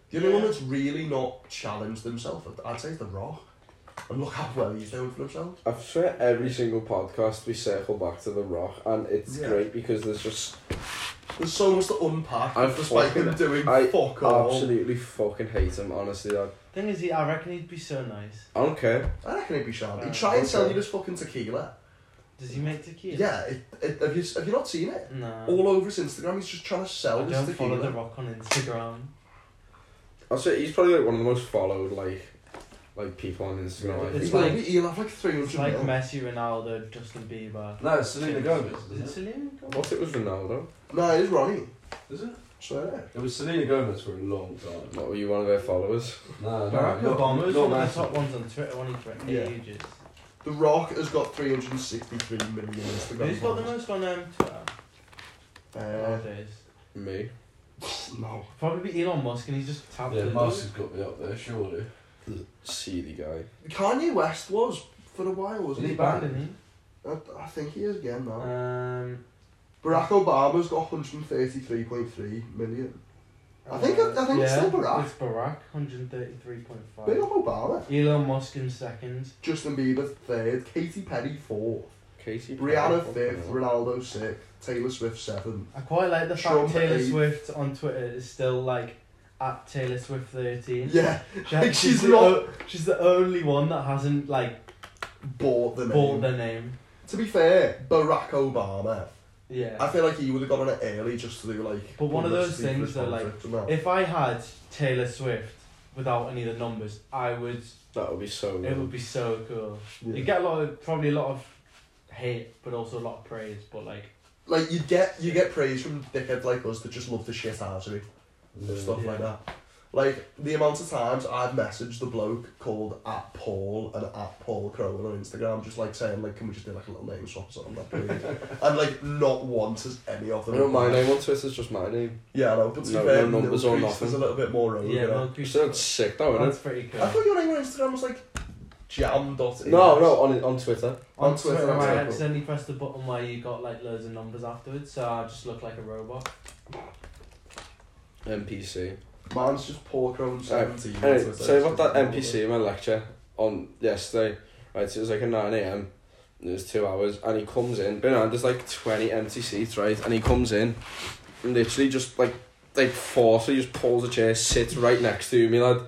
[SPEAKER 3] The only
[SPEAKER 1] Yeah.
[SPEAKER 3] one that's really not challenged themselves, I'd say, is The Rock. And look how well he's doing for himself.
[SPEAKER 4] I swear every single podcast we circle back to The Rock and it's
[SPEAKER 3] Yeah.
[SPEAKER 4] great because there's just
[SPEAKER 3] There's so much to unpack,
[SPEAKER 4] I've
[SPEAKER 3] despite him
[SPEAKER 4] fucking-
[SPEAKER 3] doing
[SPEAKER 4] I
[SPEAKER 3] fuck all.
[SPEAKER 4] absolutely fucking hate him honestly like,
[SPEAKER 1] Thing is, he, I reckon he'd be so nice.
[SPEAKER 4] I don't care
[SPEAKER 3] I reckon he'd be sharp. He'd
[SPEAKER 1] Right,
[SPEAKER 3] try and sell
[SPEAKER 4] okay.
[SPEAKER 3] you this fucking tequila.
[SPEAKER 1] Does he make tequila?
[SPEAKER 3] Yeah, it, it, have, you, have you not seen it?
[SPEAKER 1] No.
[SPEAKER 3] All over his Instagram, he's just trying to
[SPEAKER 1] I
[SPEAKER 3] sell this
[SPEAKER 1] don't follow The
[SPEAKER 3] tequila.
[SPEAKER 1] Rock on Instagram.
[SPEAKER 4] I'll say he's probably like one of the most followed like like people on Instagram I
[SPEAKER 1] It's
[SPEAKER 4] think.
[SPEAKER 3] he'll,
[SPEAKER 1] like-
[SPEAKER 3] be- he'll have like 300
[SPEAKER 1] It's like
[SPEAKER 3] mil.
[SPEAKER 1] Messi, Ronaldo, Justin Bieber.
[SPEAKER 2] No, it's Selena Gomez, isn't
[SPEAKER 1] Is it Selena Gomez?
[SPEAKER 4] what it was Ronaldo
[SPEAKER 3] No, it is Ronnie.
[SPEAKER 2] it? Is it?
[SPEAKER 3] Swear it.
[SPEAKER 2] It was Selena Gomez for a long time.
[SPEAKER 4] what were you one of their followers
[SPEAKER 2] No, no,
[SPEAKER 3] Oh,
[SPEAKER 1] Barack
[SPEAKER 2] not-
[SPEAKER 1] Obama was one of the
[SPEAKER 2] not massive.
[SPEAKER 1] top ones on Twitter, wasn't he, for
[SPEAKER 3] Yeah.
[SPEAKER 1] ages?
[SPEAKER 3] The Rock has got 363 million Instagram
[SPEAKER 1] Who's got the
[SPEAKER 3] followers.
[SPEAKER 1] most on um, Twitter
[SPEAKER 3] Uh,
[SPEAKER 1] nowadays?
[SPEAKER 4] me
[SPEAKER 3] no.
[SPEAKER 1] Probably Elon Musk, and he's just tapped
[SPEAKER 2] Yeah,
[SPEAKER 1] in.
[SPEAKER 2] Musk has got to be up there, surely.
[SPEAKER 4] seedy guy
[SPEAKER 3] Kanye West was for a while,
[SPEAKER 1] Is
[SPEAKER 3] wasn't
[SPEAKER 1] he
[SPEAKER 3] he?
[SPEAKER 1] banned, isn't he?
[SPEAKER 3] I, I think he is again now.
[SPEAKER 1] Um,
[SPEAKER 3] Barack Obama's got 133.3 million. I think- I think it's still Barack.
[SPEAKER 1] It's Barack,
[SPEAKER 3] Big
[SPEAKER 1] 133.5.
[SPEAKER 3] up Obama.
[SPEAKER 1] Elon Musk in second.
[SPEAKER 3] Justin Bieber third, Katy Perry fourth,
[SPEAKER 4] Casey
[SPEAKER 3] Rihanna
[SPEAKER 4] Perry,
[SPEAKER 3] fifth,
[SPEAKER 4] fucking
[SPEAKER 3] Ronaldo sixth, Taylor Swift seventh.
[SPEAKER 1] I quite like the
[SPEAKER 3] Trump
[SPEAKER 1] fact Taylor
[SPEAKER 3] eighth.
[SPEAKER 1] Swift on Twitter is still like at Taylor Swift 13.
[SPEAKER 3] Yeah,
[SPEAKER 1] She-
[SPEAKER 3] Like, she's
[SPEAKER 1] the
[SPEAKER 3] not-
[SPEAKER 1] o- she's the only one that hasn't like
[SPEAKER 3] bought the name.
[SPEAKER 1] bought the name.
[SPEAKER 3] To be fair, Barack Obama.
[SPEAKER 1] Yeah.
[SPEAKER 3] I feel like he would have got on it early just to do like.
[SPEAKER 1] But one of those
[SPEAKER 3] publicity for
[SPEAKER 1] things
[SPEAKER 3] his
[SPEAKER 1] that, like,
[SPEAKER 3] project and that.
[SPEAKER 1] if I had Taylor Swift without any of the numbers, I would.
[SPEAKER 4] that would be so
[SPEAKER 1] It would
[SPEAKER 4] good
[SPEAKER 1] be so cool.
[SPEAKER 3] Yeah.
[SPEAKER 1] You get a lot of probably a lot of hate, but also a lot of praise. But like,
[SPEAKER 3] like you get you get praise from dickheads like us that just love the shit out of you. and stuff like
[SPEAKER 1] Yeah.
[SPEAKER 3] that. Like the amount of times I've messaged the bloke called at Paul and at Paul Crowell on Instagram, just like saying like, can we just do like a little name swap or something? Like, please?" and like not once has any of
[SPEAKER 4] I
[SPEAKER 3] them.
[SPEAKER 4] know my name on Twitter's just my name
[SPEAKER 3] Yeah, I know. But to
[SPEAKER 4] No-
[SPEAKER 3] be fair,
[SPEAKER 4] no
[SPEAKER 3] Milk
[SPEAKER 4] numbers or
[SPEAKER 3] Creek
[SPEAKER 4] nothing.
[SPEAKER 3] is a little bit more rogue.
[SPEAKER 1] yeah,
[SPEAKER 3] you know?
[SPEAKER 1] Milk Creek-
[SPEAKER 4] so that's sick though isn't
[SPEAKER 1] that's
[SPEAKER 4] it
[SPEAKER 1] pretty cool.
[SPEAKER 3] uh, I thought your name on Instagram was like jam dot.
[SPEAKER 4] no no on on Twitter
[SPEAKER 1] On,
[SPEAKER 3] On
[SPEAKER 1] Twitter,
[SPEAKER 3] Twitter,
[SPEAKER 1] I
[SPEAKER 3] that's cool.
[SPEAKER 1] accidentally pressed the button where you got like loads of numbers afterwards, so I just look like a robot.
[SPEAKER 4] NPC
[SPEAKER 3] Mine's just Paul Crowell seventeen. on
[SPEAKER 4] Anyway,
[SPEAKER 3] Twitter.
[SPEAKER 4] so about
[SPEAKER 3] It's
[SPEAKER 4] that
[SPEAKER 3] just-
[SPEAKER 4] NPC in my lecture on yesterday, right? So it was like at nine a.m. It was two hours, and he comes in. But no, there's like twenty empty seats, right? And he comes in, and literally just like like forcefully just pulls a chair, sits right next to me, lad.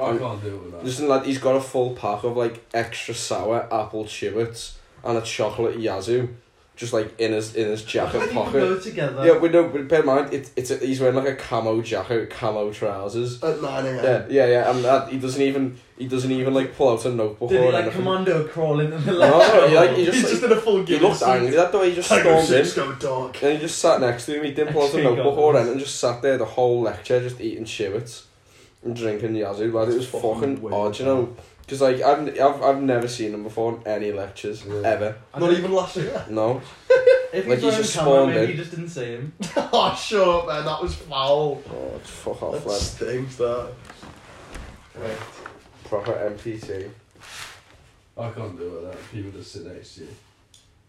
[SPEAKER 2] I can't deal with that.
[SPEAKER 4] Listen, lad, he's got a full pack of like extra sour apple chibits and a chocolate yazoo, just like in his in his
[SPEAKER 1] How
[SPEAKER 4] jacket
[SPEAKER 1] do you
[SPEAKER 4] pocket.
[SPEAKER 1] Go together.
[SPEAKER 4] Yeah, we know. But bear in mind, it, it's a, he's wearing like a camo jacket, camo trousers.
[SPEAKER 3] At nine a.m.
[SPEAKER 4] Yeah, yeah, yeah, and that, he doesn't even he doesn't even like pull out a notebook
[SPEAKER 1] Did
[SPEAKER 4] or
[SPEAKER 1] he like
[SPEAKER 4] anything.
[SPEAKER 1] commando crawl into the
[SPEAKER 4] No, no, he, like, he
[SPEAKER 3] He's
[SPEAKER 4] just,
[SPEAKER 3] just
[SPEAKER 4] like,
[SPEAKER 3] in a full
[SPEAKER 4] he
[SPEAKER 3] gear.
[SPEAKER 4] looked angry that way. He just
[SPEAKER 3] Tiger
[SPEAKER 4] stormed in
[SPEAKER 3] Six go dark.
[SPEAKER 4] and he just sat next to him. He didn't pull out a
[SPEAKER 1] Actually got
[SPEAKER 4] notebook or
[SPEAKER 1] this.
[SPEAKER 4] anything. Just sat there the whole lecture, just eating shivets and drinking yazoo. Lad, it was
[SPEAKER 3] It's fucking
[SPEAKER 4] fucking
[SPEAKER 3] weird,
[SPEAKER 4] odd, you know, because like I've, I've I've never seen him before in any lectures
[SPEAKER 2] Yeah.
[SPEAKER 4] ever.
[SPEAKER 1] I
[SPEAKER 3] Not
[SPEAKER 1] don't-
[SPEAKER 3] even last year.
[SPEAKER 4] No,
[SPEAKER 1] If
[SPEAKER 4] like,
[SPEAKER 1] he's
[SPEAKER 4] he
[SPEAKER 1] on
[SPEAKER 4] just
[SPEAKER 1] camera,
[SPEAKER 4] spawned
[SPEAKER 1] maybe
[SPEAKER 4] in.
[SPEAKER 1] you just didn't see him.
[SPEAKER 3] oh, shut up, man. That was foul.
[SPEAKER 4] oh, it's fuck off,
[SPEAKER 3] That
[SPEAKER 4] lad.
[SPEAKER 3] stinks, that.
[SPEAKER 1] Right.
[SPEAKER 4] Proper MPT.
[SPEAKER 2] I can't do it like that. People just sit next to you.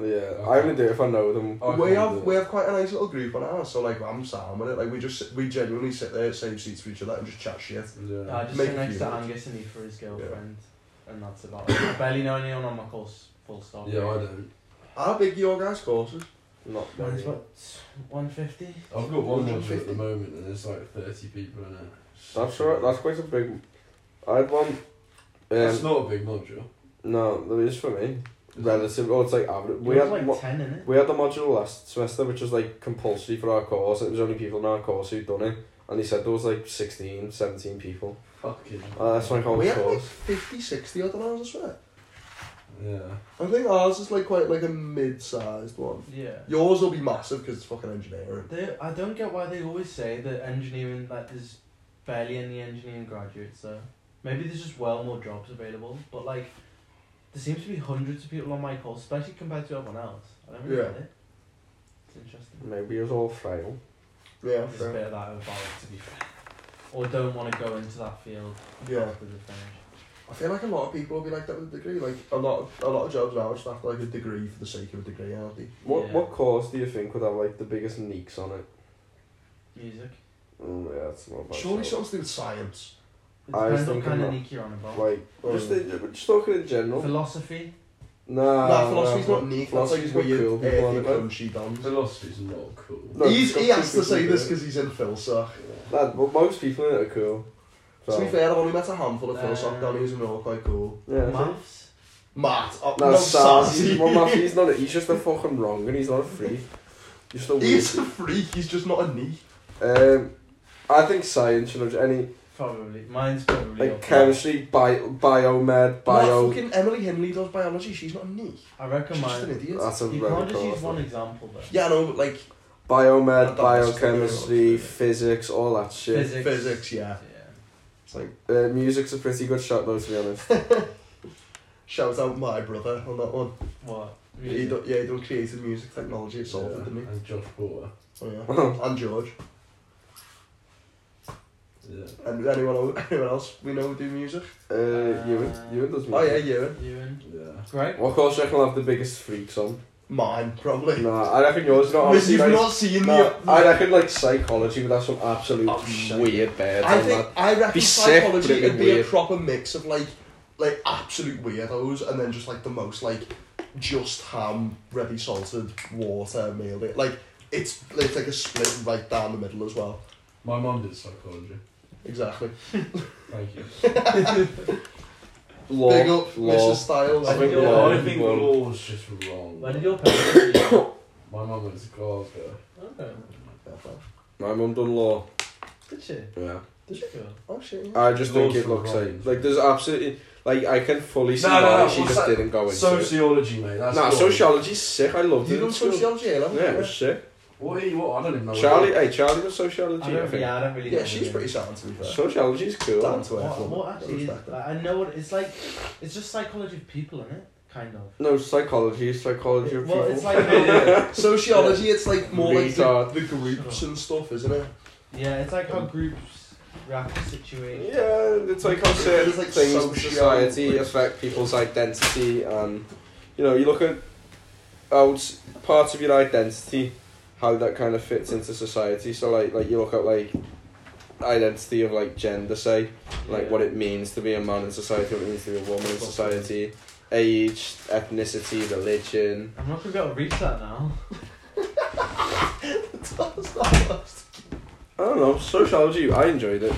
[SPEAKER 4] Yeah, I'm gonna do it if I know them.
[SPEAKER 2] Oh, I
[SPEAKER 3] we
[SPEAKER 2] can't
[SPEAKER 3] have
[SPEAKER 2] do it.
[SPEAKER 3] we have quite a nice little group on ours, so like I'm sound with it. Like we just sit- we genuinely sit there, same seats for each other, and just chat shit.
[SPEAKER 2] Yeah.
[SPEAKER 1] I just
[SPEAKER 3] Make
[SPEAKER 1] sit next
[SPEAKER 3] you
[SPEAKER 1] to
[SPEAKER 3] watch.
[SPEAKER 1] Angus and he for his girlfriend, and that's about it. I barely know anyone on my course. Full stop.
[SPEAKER 2] yeah, I don't.
[SPEAKER 3] How big are your guys' courses?
[SPEAKER 4] Not
[SPEAKER 1] Mine's
[SPEAKER 4] very.
[SPEAKER 1] what one fifty.
[SPEAKER 2] I've got one module at
[SPEAKER 3] 150.
[SPEAKER 2] the moment and there's like 30 people in it.
[SPEAKER 4] That's right. That's quite a big. I had one.
[SPEAKER 2] That's
[SPEAKER 4] Um,
[SPEAKER 2] not a big module.
[SPEAKER 4] no, that is for me.
[SPEAKER 2] Is
[SPEAKER 4] Relative. Oh, it's like average. We
[SPEAKER 1] We
[SPEAKER 4] had
[SPEAKER 1] have like
[SPEAKER 4] mo-
[SPEAKER 1] ten in it.
[SPEAKER 4] we had the module last semester, which was like compulsory for our course. It was only people in our course who'd done it, and they said there was like 16, 17 people.
[SPEAKER 2] Fucking.
[SPEAKER 4] Uh, that's my whole
[SPEAKER 3] Oh, we have like
[SPEAKER 4] course.
[SPEAKER 3] 50, 60 odd on ours, I swear.
[SPEAKER 2] Yeah.
[SPEAKER 3] I think ours is like quite like a mid-sized one.
[SPEAKER 1] Yeah.
[SPEAKER 3] Yours will be massive because it's fucking engineering.
[SPEAKER 1] They, I don't get why they always say that engineering, like, there's barely any engineering graduates, though. Maybe there's just well more jobs available, but, like, there seems to be hundreds of people on my course, especially compared to everyone else. I don't really
[SPEAKER 3] Yeah.
[SPEAKER 1] get it. It's interesting.
[SPEAKER 4] Maybe it was all frail.
[SPEAKER 3] Yeah,
[SPEAKER 1] There's a
[SPEAKER 3] fair.
[SPEAKER 1] bit of that about it, to be fair. Or don't want to go into that field
[SPEAKER 3] yeah.
[SPEAKER 1] after the finish.
[SPEAKER 3] I feel like a lot of people will be like that with a degree. Like a lot, of, a lot of jobs now just have like a degree for the sake of a degree, aren't they?
[SPEAKER 4] What
[SPEAKER 1] Yeah.
[SPEAKER 4] what course do you think would have like the biggest neeks on it?
[SPEAKER 1] Music.
[SPEAKER 4] Mm, yeah, that's not a bad.
[SPEAKER 3] Surely
[SPEAKER 4] shout.
[SPEAKER 3] something to do with science.
[SPEAKER 1] It
[SPEAKER 4] I was
[SPEAKER 1] depends what
[SPEAKER 4] thinking
[SPEAKER 1] kind of
[SPEAKER 4] that-
[SPEAKER 1] nick you're on about.
[SPEAKER 4] Like just
[SPEAKER 3] Um,
[SPEAKER 4] in- just talking in general.
[SPEAKER 1] Philosophy.
[SPEAKER 4] nah,
[SPEAKER 3] nah, philosophy's
[SPEAKER 4] nah,
[SPEAKER 3] not neat. That's like
[SPEAKER 4] Uh, philosophy's got
[SPEAKER 3] weird,
[SPEAKER 4] cool
[SPEAKER 3] cool
[SPEAKER 4] people on it, like.
[SPEAKER 3] crunchy dons.
[SPEAKER 2] Philosophy's not cool.
[SPEAKER 4] No,
[SPEAKER 3] he's,
[SPEAKER 4] it's got
[SPEAKER 3] he has
[SPEAKER 4] people
[SPEAKER 3] to say
[SPEAKER 4] who do
[SPEAKER 3] this
[SPEAKER 4] it.
[SPEAKER 3] because he's in Philsoc.
[SPEAKER 4] Lad, but most people in it are
[SPEAKER 3] To
[SPEAKER 4] cool.
[SPEAKER 3] be
[SPEAKER 4] So, Uh,
[SPEAKER 3] fair, I've only met a handful of Philsoc
[SPEAKER 1] Um,
[SPEAKER 3] dummies and they're all quite cool.
[SPEAKER 4] yeah.
[SPEAKER 1] Maths.
[SPEAKER 3] Matt, oh,
[SPEAKER 4] No,
[SPEAKER 3] no,
[SPEAKER 4] Saz, he's,
[SPEAKER 3] Sazzy.
[SPEAKER 4] well, Matt, he's not. He's just a fucking wrong, and he's not a freak. Just a weird.
[SPEAKER 3] He's a freak, he's just not a knee.
[SPEAKER 4] Um, I think science should have any
[SPEAKER 1] Probably. Mine's probably.
[SPEAKER 4] like
[SPEAKER 1] up there.
[SPEAKER 4] chemistry, bio, biomed, bio.
[SPEAKER 3] Nah, fucking Emily Henley does biology, she's not a knee.
[SPEAKER 1] I
[SPEAKER 3] She's
[SPEAKER 1] reckon
[SPEAKER 3] just an
[SPEAKER 1] mine.
[SPEAKER 3] idiot.
[SPEAKER 4] That's a
[SPEAKER 1] You
[SPEAKER 4] very
[SPEAKER 1] can't just
[SPEAKER 4] cool
[SPEAKER 1] use one
[SPEAKER 4] one.
[SPEAKER 1] example, though.
[SPEAKER 3] yeah, I know, but like,
[SPEAKER 4] Biomed,
[SPEAKER 3] That- that's just a very
[SPEAKER 4] biochemistry,
[SPEAKER 3] old-
[SPEAKER 4] physics, all that shit.
[SPEAKER 1] Physics.
[SPEAKER 3] Physics, yeah. it's like,
[SPEAKER 4] Uh, music's a pretty good shot though, to be honest.
[SPEAKER 3] shout out my brother on that one.
[SPEAKER 1] What?
[SPEAKER 3] He
[SPEAKER 1] Music.
[SPEAKER 3] done, yeah, he done creative music technology at Salford,
[SPEAKER 2] Yeah,
[SPEAKER 3] didn't he?
[SPEAKER 2] And Josh Porter.
[SPEAKER 3] Oh, yeah. and George.
[SPEAKER 2] Yeah.
[SPEAKER 3] And anyone, el- anyone else we know do music?
[SPEAKER 4] Uh, Ewan, Ewan does music.
[SPEAKER 3] Oh, yeah, Ewan.
[SPEAKER 1] Ewan.
[SPEAKER 2] Yeah.
[SPEAKER 1] Greg?
[SPEAKER 4] What course do you reckon will have the biggest freaks on?
[SPEAKER 3] Mine, probably.
[SPEAKER 4] Nah, I reckon yours is not
[SPEAKER 3] But
[SPEAKER 4] honestly.
[SPEAKER 3] you've
[SPEAKER 4] Like,
[SPEAKER 3] not seen
[SPEAKER 4] nah,
[SPEAKER 3] the.
[SPEAKER 4] I reckon like psychology would have some absolute
[SPEAKER 3] Oh, shit.
[SPEAKER 4] weird beds
[SPEAKER 3] I
[SPEAKER 4] on
[SPEAKER 3] think
[SPEAKER 4] that.
[SPEAKER 3] I reckon
[SPEAKER 4] Be sick,
[SPEAKER 3] psychology
[SPEAKER 4] but it'd be
[SPEAKER 3] would be a
[SPEAKER 4] weird.
[SPEAKER 3] proper mix of like like absolute weirdos and then just like the most like just ham, ready salted water meal. It- Like it's it's like a split right down the middle as well.
[SPEAKER 2] My mum did psychology.
[SPEAKER 3] Exactly.
[SPEAKER 2] Thank you.
[SPEAKER 4] Law,
[SPEAKER 3] Big up
[SPEAKER 4] law.
[SPEAKER 3] Mrs. Styles.
[SPEAKER 4] I think
[SPEAKER 1] Yeah,
[SPEAKER 4] law.
[SPEAKER 2] I think
[SPEAKER 4] would-
[SPEAKER 2] law's just wrong.
[SPEAKER 1] Where did your parents Oh, meet? oh,
[SPEAKER 2] My mum went to Glasgow.
[SPEAKER 4] My mum done law.
[SPEAKER 1] did she?
[SPEAKER 4] Yeah.
[SPEAKER 1] Did she go?
[SPEAKER 3] Oh shit. yeah.
[SPEAKER 4] I just think
[SPEAKER 2] Laws
[SPEAKER 4] it
[SPEAKER 2] are
[SPEAKER 4] looks
[SPEAKER 2] wrong.
[SPEAKER 4] like like there's absolutely like I can fully see
[SPEAKER 2] No, no,
[SPEAKER 4] why
[SPEAKER 2] no,
[SPEAKER 4] she
[SPEAKER 2] what's
[SPEAKER 4] just
[SPEAKER 2] that?
[SPEAKER 4] didn't go into it.
[SPEAKER 2] Sociology, mate. That's
[SPEAKER 4] Nah,
[SPEAKER 2] wrong.
[SPEAKER 4] sociology's sick. I loved
[SPEAKER 3] You
[SPEAKER 4] it. in
[SPEAKER 3] done
[SPEAKER 4] school.
[SPEAKER 3] sociology A level?
[SPEAKER 4] Yeah, it was sick.
[SPEAKER 2] What? Are you, what? I don't even know. what-
[SPEAKER 4] Charlie, hey, Charlie was
[SPEAKER 1] I
[SPEAKER 4] sociology. I
[SPEAKER 1] don't,
[SPEAKER 4] think.
[SPEAKER 1] yeah, I don't really know
[SPEAKER 3] Yeah, she's
[SPEAKER 1] really.
[SPEAKER 3] pretty sound to be fair.
[SPEAKER 4] Sociology's cool.
[SPEAKER 3] Down to earth.
[SPEAKER 1] What,
[SPEAKER 3] woman.
[SPEAKER 1] what
[SPEAKER 3] I
[SPEAKER 1] actually is.
[SPEAKER 3] respect her.
[SPEAKER 1] I I know what it's like. It's just psychology of people, isn't it? Kind of.
[SPEAKER 4] No, psychology, psychology of
[SPEAKER 1] well,
[SPEAKER 4] people.
[SPEAKER 1] it's like.
[SPEAKER 2] Yeah.
[SPEAKER 3] Sociology, it's like more like the,
[SPEAKER 4] Retard.
[SPEAKER 3] the groups and stuff, isn't it?
[SPEAKER 1] yeah, it's like how groups react to situations.
[SPEAKER 4] Yeah, it's like how certain
[SPEAKER 3] It's like
[SPEAKER 4] things in
[SPEAKER 3] social-
[SPEAKER 4] society affect people's identity, and you know, you look at how it's parts of your identity, how that kind of fits into society. So, like, like you look at like identity of like gender, say, like
[SPEAKER 1] Yeah.
[SPEAKER 4] what it means to be a man in society, what it means to be a woman in society, age, ethnicity, religion.
[SPEAKER 1] I'm not gonna be able to reach that now.
[SPEAKER 4] I don't know. Sociology, I enjoyed it.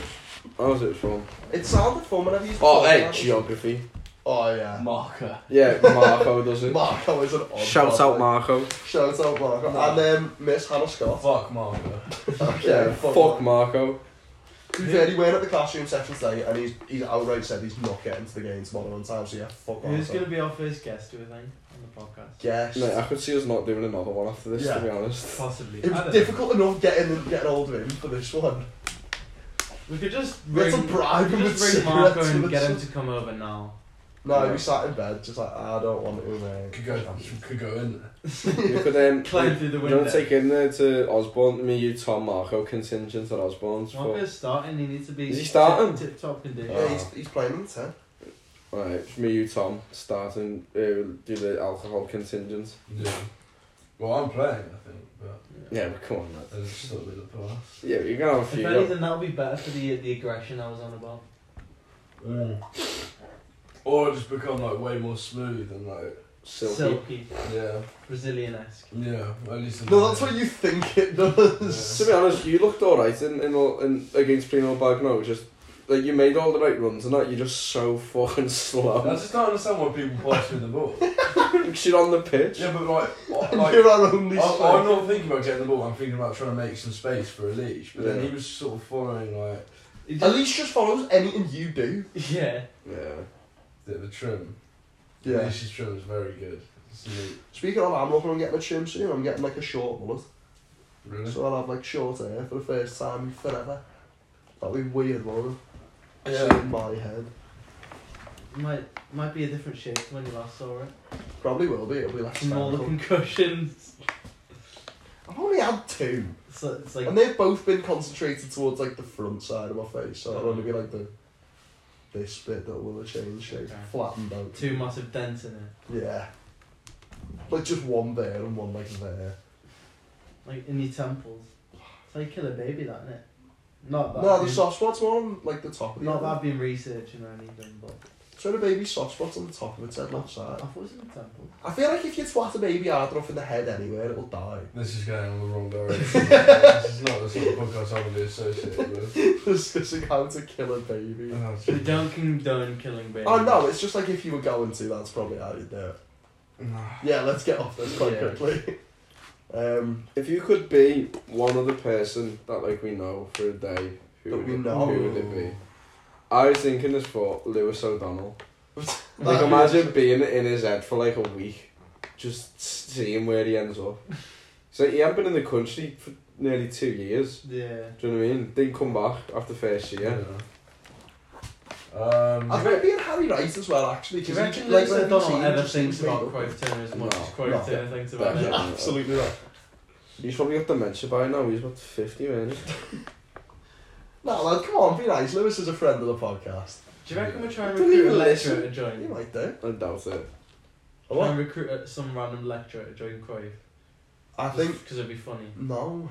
[SPEAKER 4] How was it fun?
[SPEAKER 3] It sounded fun whenever you.
[SPEAKER 4] Oh, hey, geography.
[SPEAKER 3] Oh yeah.
[SPEAKER 2] Marker.
[SPEAKER 4] Yeah, Marco does it.
[SPEAKER 3] Marco is an odd
[SPEAKER 4] Shout
[SPEAKER 3] one,
[SPEAKER 4] out
[SPEAKER 3] like.
[SPEAKER 4] Marco.
[SPEAKER 3] Shout out Marco.
[SPEAKER 2] No.
[SPEAKER 3] And um, then Miss Hannah Scott.
[SPEAKER 2] Fuck Marker.
[SPEAKER 4] Yeah,
[SPEAKER 3] fuck
[SPEAKER 4] fuck
[SPEAKER 3] that.
[SPEAKER 4] Marco.
[SPEAKER 3] To be fair, he went at the classroom session today and he's, he's outright said he's not getting to the game tomorrow on time, so yeah, fuck
[SPEAKER 1] Who's
[SPEAKER 3] Marco.
[SPEAKER 1] gonna be our first guest, do you think, on the podcast?
[SPEAKER 3] Guess.
[SPEAKER 4] Mate, I could see us not doing another one after this,
[SPEAKER 3] Yeah.
[SPEAKER 4] to be honest.
[SPEAKER 1] Possibly.
[SPEAKER 3] It
[SPEAKER 1] I
[SPEAKER 3] was
[SPEAKER 1] don't
[SPEAKER 3] difficult enough getting getting hold of him for this one.
[SPEAKER 1] know. We could just
[SPEAKER 3] Let's
[SPEAKER 1] ring-
[SPEAKER 3] bribe him
[SPEAKER 1] we could
[SPEAKER 3] with
[SPEAKER 1] just ring Marco
[SPEAKER 3] cigarettes
[SPEAKER 1] and
[SPEAKER 3] with
[SPEAKER 1] get him
[SPEAKER 3] some-
[SPEAKER 1] to come over now.
[SPEAKER 3] No, we sat in bed, just like, "Ah, I don't want to, mate.
[SPEAKER 2] Could go. Could go in. there.
[SPEAKER 4] You could um,
[SPEAKER 1] Climb through the
[SPEAKER 4] you
[SPEAKER 1] window.
[SPEAKER 4] don't take in there to Osborne. Me, you, Tom, Marco contingent at Osborne's.
[SPEAKER 1] Marco's
[SPEAKER 4] But
[SPEAKER 1] starting. He needs to be
[SPEAKER 4] Is he starting?
[SPEAKER 1] tip top condition.
[SPEAKER 4] Oh.
[SPEAKER 3] Yeah, he's, he's playing in the 10.
[SPEAKER 4] Right, it's me, you, Tom, starting uh, do the alcohol contingent.
[SPEAKER 2] Yeah. Well, I'm playing, I think, but
[SPEAKER 4] Yeah, but come on, man.
[SPEAKER 2] I just thought we'd pass.
[SPEAKER 4] Yeah, you're gonna have a
[SPEAKER 1] If
[SPEAKER 4] few.
[SPEAKER 1] anything, that'll be better for the the aggression I was on about.
[SPEAKER 4] Mm.
[SPEAKER 2] Or I just become like way more smooth and like
[SPEAKER 4] Silky.
[SPEAKER 1] Silky,
[SPEAKER 2] yeah,
[SPEAKER 1] Brazilian esque.
[SPEAKER 2] yeah. At least I'm-
[SPEAKER 3] No, that's what you think it does.
[SPEAKER 4] To be honest, you looked alright in, in, all- in against Primo Bagno. Just like you made all the right runs and that. You're just so fucking
[SPEAKER 2] I
[SPEAKER 4] slow.
[SPEAKER 2] just don't understand why people pass me the ball.
[SPEAKER 4] Because you're on the pitch.
[SPEAKER 2] Yeah, but like, I- like
[SPEAKER 3] You're our only
[SPEAKER 2] I, I'm
[SPEAKER 3] striker.
[SPEAKER 2] not thinking about getting the ball. I'm thinking about trying to make some space for a leash. But then he
[SPEAKER 4] Yeah.
[SPEAKER 2] was sort of following like
[SPEAKER 1] It
[SPEAKER 3] At
[SPEAKER 1] just-
[SPEAKER 3] least just follows anything you do.
[SPEAKER 1] Yeah.
[SPEAKER 4] Yeah.
[SPEAKER 2] the, the trim.
[SPEAKER 3] Yeah.
[SPEAKER 2] Leash's trim is very good. It's neat.
[SPEAKER 3] Speaking of, I'm looking on getting a trim soon. I'm getting like a short mullet.
[SPEAKER 1] Mm.
[SPEAKER 2] Really?
[SPEAKER 3] So I'll have like short hair for the first time in forever. That'll be weird, won't it?
[SPEAKER 2] Yeah.
[SPEAKER 3] It's in my head.
[SPEAKER 1] Might might be a different shape to when you last saw it.
[SPEAKER 3] Probably will be. It'll be like
[SPEAKER 1] More
[SPEAKER 3] spherical.
[SPEAKER 1] looking cushions.
[SPEAKER 3] I've only had two.
[SPEAKER 1] So it's like
[SPEAKER 3] And they've both been concentrated towards like the front side of my face. So it'll only be like the this bit that will have changed shape.
[SPEAKER 1] Okay.
[SPEAKER 3] Flattened out.
[SPEAKER 1] two massive dents in it.
[SPEAKER 3] Yeah. Like just one there and one like there.
[SPEAKER 1] Like in your temples. It's how you kill a baby, that innit? Not that.
[SPEAKER 3] No,
[SPEAKER 1] I've
[SPEAKER 3] the
[SPEAKER 1] been-
[SPEAKER 3] soft spot's more on like the top of the
[SPEAKER 1] Not
[SPEAKER 3] head.
[SPEAKER 1] that I've been researching or anything, but
[SPEAKER 3] So the baby's soft spot's on the top of its head left
[SPEAKER 1] I
[SPEAKER 3] side.
[SPEAKER 1] thought it was in the temple.
[SPEAKER 3] I feel like if you twat a baby hard enough in the head anywhere, it'll die.
[SPEAKER 2] This is going in the wrong direction. this is not the sort of podcast I want to be associated with.
[SPEAKER 3] Discussing how to kill a baby.
[SPEAKER 2] Oh,
[SPEAKER 1] We
[SPEAKER 2] gee.
[SPEAKER 1] don't condone killing babies.
[SPEAKER 3] Oh no, it's just like if you were going to, that's probably how you'd do it.
[SPEAKER 2] Nah.
[SPEAKER 3] Yeah, let's get off this quite
[SPEAKER 1] Yeah.
[SPEAKER 3] quickly. Um,
[SPEAKER 4] If you could be one other person that like we know for a day, who
[SPEAKER 3] That
[SPEAKER 4] would
[SPEAKER 3] we
[SPEAKER 4] it,
[SPEAKER 3] know.
[SPEAKER 4] who would it be? I was thinking this for Lewis O'Donnell. Like
[SPEAKER 3] That'd be-
[SPEAKER 4] imagine being in his head for like a week, just seeing where he ends up. So he had been in the country for nearly two years.
[SPEAKER 1] Yeah.
[SPEAKER 4] Do you know what I mean? Didn't come back after first year.
[SPEAKER 2] Yeah. Um,
[SPEAKER 3] I think being Harry Rice as well, actually.
[SPEAKER 1] Do you
[SPEAKER 3] 'cause
[SPEAKER 1] reckon
[SPEAKER 3] he- like,
[SPEAKER 1] Lewis
[SPEAKER 3] when he
[SPEAKER 1] O'Donnell
[SPEAKER 3] seems
[SPEAKER 1] ever
[SPEAKER 3] just
[SPEAKER 1] thinks
[SPEAKER 3] seems
[SPEAKER 1] about
[SPEAKER 3] made up.
[SPEAKER 1] Cruyff Turner as much
[SPEAKER 4] No,
[SPEAKER 1] as Cruyff
[SPEAKER 3] no.
[SPEAKER 1] Turner thinks about
[SPEAKER 4] Definitely.
[SPEAKER 1] him?
[SPEAKER 4] Cruyff.
[SPEAKER 3] Absolutely not.
[SPEAKER 4] He's probably got dementia by now. He's about fifty, man.
[SPEAKER 3] No, lad, come on, be nice. Lewis is a friend of the podcast.
[SPEAKER 1] Do you reckon we're trying to
[SPEAKER 4] Don't
[SPEAKER 1] recruit a
[SPEAKER 4] even
[SPEAKER 1] lecturer to
[SPEAKER 4] listen.
[SPEAKER 3] You
[SPEAKER 1] join?
[SPEAKER 3] might do.
[SPEAKER 4] I doubt it.
[SPEAKER 3] A
[SPEAKER 1] Try and
[SPEAKER 3] What?
[SPEAKER 1] recruit uh, some random lecturer to join Cruyff.
[SPEAKER 3] I think.
[SPEAKER 1] Because it'd be funny.
[SPEAKER 3] No.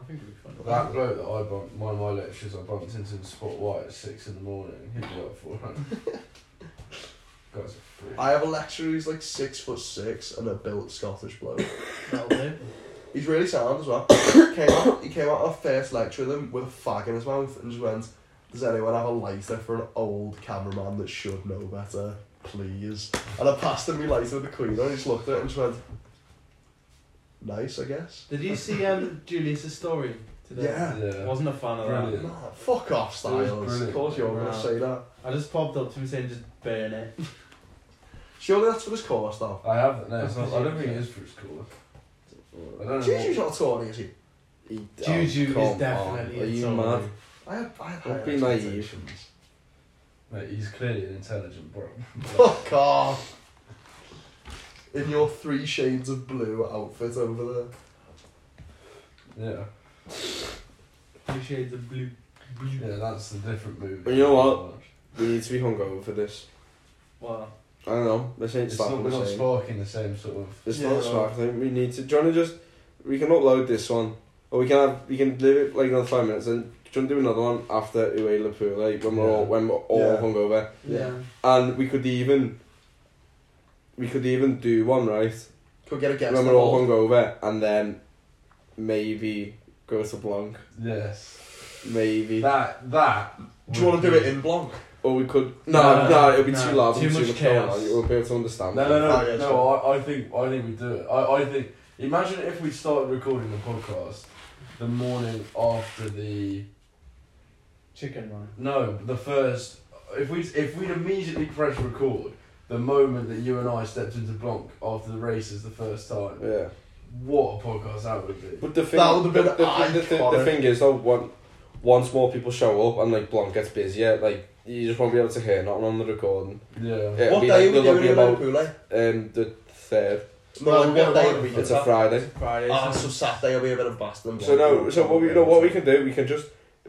[SPEAKER 1] I think it'd be funny.
[SPEAKER 2] that bloke that I bumped, one of my lectures I bumped into in Spotlight at six in the morning. He'd be up for it. Guy's a freak.
[SPEAKER 3] I have a lecturer who's like six foot six and a built Scottish bloke.
[SPEAKER 1] That'll do.
[SPEAKER 3] He's really sound as well. came out, he came out our first lecture with him with a fag in his mouth and just went, Does anyone have a lighter for an old cameraman that should know better? Please. And I passed him my lighter with the queen on, he just looked at it and just went, Nice, I guess.
[SPEAKER 1] Did you see um, Julius's story today?
[SPEAKER 3] Yeah.
[SPEAKER 2] yeah.
[SPEAKER 1] Wasn't a fan of that.
[SPEAKER 2] Brilliant.
[SPEAKER 3] Nah, fuck
[SPEAKER 2] It
[SPEAKER 3] off,
[SPEAKER 2] was
[SPEAKER 3] Styles. Of
[SPEAKER 2] brilliant.
[SPEAKER 3] course you're going to
[SPEAKER 1] Nah.
[SPEAKER 3] say that.
[SPEAKER 1] I just popped up to him saying just burn it.
[SPEAKER 3] Surely that's for this course, though.
[SPEAKER 2] I have no, it's not, I don't think it is for his call. I don't know.
[SPEAKER 3] Juju's not a Tory, is he?
[SPEAKER 4] He,
[SPEAKER 1] Juju
[SPEAKER 4] Oh, come
[SPEAKER 1] is definitely
[SPEAKER 4] on. Are
[SPEAKER 1] a
[SPEAKER 4] you
[SPEAKER 1] Tory.
[SPEAKER 4] mad?
[SPEAKER 3] I had, I had
[SPEAKER 4] Don't
[SPEAKER 3] higher
[SPEAKER 4] be naive.
[SPEAKER 3] expectations.
[SPEAKER 2] what- Mate, he's clearly an intelligent bro.
[SPEAKER 3] Fuck off. In your three shades of blue outfit over there.
[SPEAKER 2] Yeah.
[SPEAKER 1] Two shades of blue.
[SPEAKER 2] Yeah, that's the different movie.
[SPEAKER 4] But you know what? We need to be hungover for this.
[SPEAKER 1] Wow.
[SPEAKER 4] I don't know. This ain't
[SPEAKER 2] It's not,
[SPEAKER 4] stopping
[SPEAKER 2] we're not
[SPEAKER 4] the same.
[SPEAKER 2] sparking the same sort of.
[SPEAKER 4] It's
[SPEAKER 3] Yeah,
[SPEAKER 4] not
[SPEAKER 3] no.
[SPEAKER 4] sparkling. We need to. Do you want to just? We can upload this one, or we can have. We can leave it like another five minutes, and do you want to do another one after Uwe Lapula when we're all
[SPEAKER 2] Yeah.
[SPEAKER 4] when we're all
[SPEAKER 3] Yeah.
[SPEAKER 4] hungover,
[SPEAKER 1] Yeah.
[SPEAKER 4] and we could even. We could even do one right
[SPEAKER 3] Could get a guess.
[SPEAKER 4] when
[SPEAKER 3] the
[SPEAKER 4] we're all
[SPEAKER 3] ball.
[SPEAKER 4] hungover, and then maybe go to Blanc,
[SPEAKER 2] Yes.
[SPEAKER 4] maybe,
[SPEAKER 2] That, that.
[SPEAKER 3] Do you want to do it in Blanc?
[SPEAKER 4] or we could. No,
[SPEAKER 1] No,
[SPEAKER 4] no,
[SPEAKER 1] no,
[SPEAKER 4] it'll be
[SPEAKER 1] no.
[SPEAKER 4] too loud,
[SPEAKER 1] Too
[SPEAKER 4] and
[SPEAKER 1] much
[SPEAKER 4] too much going
[SPEAKER 1] chaos.
[SPEAKER 4] on, You won't be able to understand.
[SPEAKER 2] No, no, no,
[SPEAKER 3] Oh, yeah,
[SPEAKER 2] no. I, I think, I think we do it. I, I think. Imagine if we started recording the podcast the morning after the
[SPEAKER 1] Chicken run.
[SPEAKER 2] no, the first. If we if we'd immediately press record the moment that you and I stepped into Blanc after the races the first time,
[SPEAKER 4] Yeah.
[SPEAKER 2] what a podcast that would be.
[SPEAKER 4] But the thing,
[SPEAKER 3] That would've been
[SPEAKER 4] the, the, the, the,
[SPEAKER 3] iconic.
[SPEAKER 4] the thing is though, one, once more people show up and like Blanc gets busier, like you just won't be able to hear nothing on the recording.
[SPEAKER 2] Yeah.
[SPEAKER 4] Yeah,
[SPEAKER 3] what
[SPEAKER 4] we-
[SPEAKER 3] day are we
[SPEAKER 4] there'll
[SPEAKER 3] doing
[SPEAKER 4] be
[SPEAKER 3] in
[SPEAKER 4] about
[SPEAKER 3] Liverpool?
[SPEAKER 4] um the third.
[SPEAKER 3] No, like, what day are we
[SPEAKER 4] It's a Friday.
[SPEAKER 1] Friday.
[SPEAKER 3] Ah, so Saturday will be a bit of Boston.
[SPEAKER 4] So no, so what we you know what we can do, we can just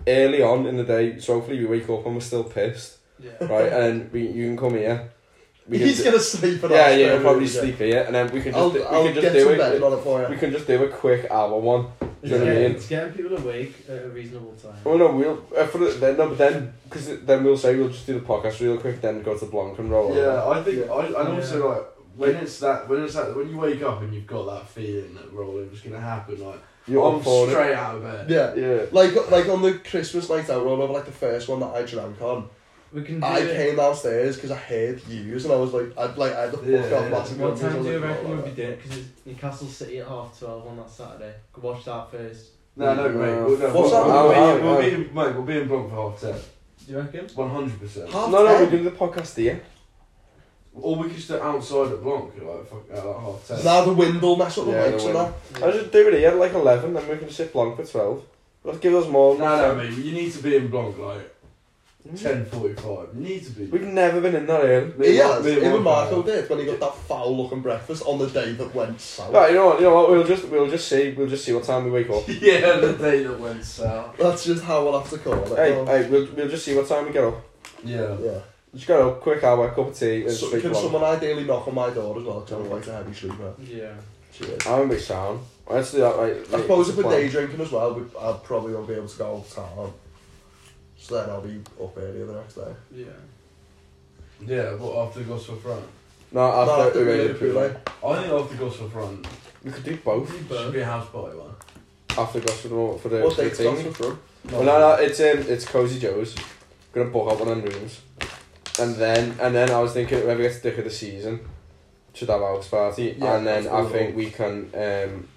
[SPEAKER 4] early on in the day. So hopefully we wake up and we're still pissed.
[SPEAKER 1] Yeah.
[SPEAKER 4] right? And we, you can come here. We can
[SPEAKER 3] He's
[SPEAKER 4] do-
[SPEAKER 3] gonna sleep in
[SPEAKER 4] yeah, yeah,
[SPEAKER 3] Australia,
[SPEAKER 4] you'll probably
[SPEAKER 3] yeah.
[SPEAKER 4] sleep here, and then we can just
[SPEAKER 3] I'll,
[SPEAKER 4] do, we
[SPEAKER 3] I'll
[SPEAKER 4] can
[SPEAKER 3] get
[SPEAKER 4] just
[SPEAKER 3] some
[SPEAKER 4] do it.
[SPEAKER 3] bed on it for
[SPEAKER 4] We
[SPEAKER 3] you.
[SPEAKER 4] can just do a quick hour one.
[SPEAKER 1] It's,
[SPEAKER 4] You know what I
[SPEAKER 1] getting,
[SPEAKER 4] mean?
[SPEAKER 1] it's getting people awake at a reasonable time.
[SPEAKER 4] Oh no, we'll uh, for the, then no, but then because then we'll say we'll just do the podcast real quick, then go to Blanc and roll.
[SPEAKER 2] Yeah, I think
[SPEAKER 3] Yeah.
[SPEAKER 2] I and also
[SPEAKER 1] Yeah.
[SPEAKER 2] like when it's that when it's that when you wake up and you've got that feeling that rolling is gonna happen, like
[SPEAKER 4] you
[SPEAKER 2] I'm
[SPEAKER 4] up for it?
[SPEAKER 2] straight out of bed.
[SPEAKER 3] Yeah.
[SPEAKER 4] Yeah,
[SPEAKER 3] Like, like on the Christmas night out rollover, like the first one that I drank on,
[SPEAKER 1] We can do
[SPEAKER 3] I
[SPEAKER 1] it.
[SPEAKER 3] came downstairs because I heard yous and I was like, I'd like, I had the fuck
[SPEAKER 2] Yeah.
[SPEAKER 3] off massive
[SPEAKER 1] What
[SPEAKER 3] guns, I
[SPEAKER 1] time
[SPEAKER 3] was
[SPEAKER 1] do you
[SPEAKER 3] like,
[SPEAKER 1] reckon
[SPEAKER 3] "Oh,
[SPEAKER 1] we'll
[SPEAKER 3] right."
[SPEAKER 1] be doing? Because it's Newcastle City at half twelve on that Saturday. Go watch that first.
[SPEAKER 2] No, no, mate. We'll, no,
[SPEAKER 3] What's
[SPEAKER 2] we'll,
[SPEAKER 3] that?
[SPEAKER 2] we'll,
[SPEAKER 4] Oh,
[SPEAKER 2] be, we'll,
[SPEAKER 4] oh,
[SPEAKER 2] be in, mate, we'll be in Blanc for half ten.
[SPEAKER 1] Do you reckon?
[SPEAKER 2] One hundred percent.
[SPEAKER 3] Half
[SPEAKER 4] no, no,
[SPEAKER 3] ten?
[SPEAKER 4] we're doing the podcast here.
[SPEAKER 2] Or we could just do it outside at Blanc, like fuck, at like half ten.
[SPEAKER 3] Now the wind will mess up the
[SPEAKER 4] Yeah,
[SPEAKER 3] mics
[SPEAKER 4] the
[SPEAKER 3] and that.
[SPEAKER 4] I should do it here at like eleven, then we can sit Blanc for twelve. Let's give us more.
[SPEAKER 2] no, no, mate. You need to be in Blanc like
[SPEAKER 4] Mm.
[SPEAKER 2] ten forty-five. You need to be.
[SPEAKER 4] We've never been in that early.
[SPEAKER 2] Me and
[SPEAKER 3] He
[SPEAKER 2] Mark-
[SPEAKER 3] has,
[SPEAKER 2] me and
[SPEAKER 3] even
[SPEAKER 2] Mark
[SPEAKER 3] Marco
[SPEAKER 2] have.
[SPEAKER 3] did when he got that foul looking breakfast on the day that went south.
[SPEAKER 4] Right, you know what? You know what? We'll just we'll just see we'll just see what time we wake up.
[SPEAKER 2] yeah, the day that went south.
[SPEAKER 3] That's just how we'll have to call it.
[SPEAKER 4] hey,
[SPEAKER 3] Um,
[SPEAKER 4] hey, we'll we'll just see what time we get up.
[SPEAKER 2] Yeah.
[SPEAKER 3] yeah.
[SPEAKER 4] Just got a quick hour, cup of tea, and
[SPEAKER 3] So,
[SPEAKER 4] sleep
[SPEAKER 3] can
[SPEAKER 4] Blanc.
[SPEAKER 3] someone ideally knock on my door as well? 'Cause I'm quite a heavy sleeper.
[SPEAKER 1] Yeah.
[SPEAKER 3] Cheers.
[SPEAKER 4] I won't be sound. Let's do that. Right.
[SPEAKER 3] I suppose if we're
[SPEAKER 4] Blanc.
[SPEAKER 3] day drinking as well, we, I probably won't be able to go all the time. So then I'll be up earlier the next day.
[SPEAKER 1] Yeah.
[SPEAKER 2] Yeah, but after Gosford Front.
[SPEAKER 4] No, I've
[SPEAKER 3] No,
[SPEAKER 4] got
[SPEAKER 3] after
[SPEAKER 4] to
[SPEAKER 3] we
[SPEAKER 4] really
[SPEAKER 3] do the
[SPEAKER 4] approve.
[SPEAKER 2] I think after Gosford Front
[SPEAKER 4] We could do both
[SPEAKER 1] Do
[SPEAKER 2] should
[SPEAKER 1] both.
[SPEAKER 2] be a house party one.
[SPEAKER 4] after Gosford and for the
[SPEAKER 3] What
[SPEAKER 4] for the
[SPEAKER 3] date's
[SPEAKER 4] thing.
[SPEAKER 3] Gosford from?
[SPEAKER 4] Well, no, no, it's um, it's Cozy Joe's. Gonna book out one of them rooms, and then and then I was thinking whoever gets dick of the season should have a house party,
[SPEAKER 3] Yeah,
[SPEAKER 4] and then I
[SPEAKER 3] absolutely.
[SPEAKER 4] think we can um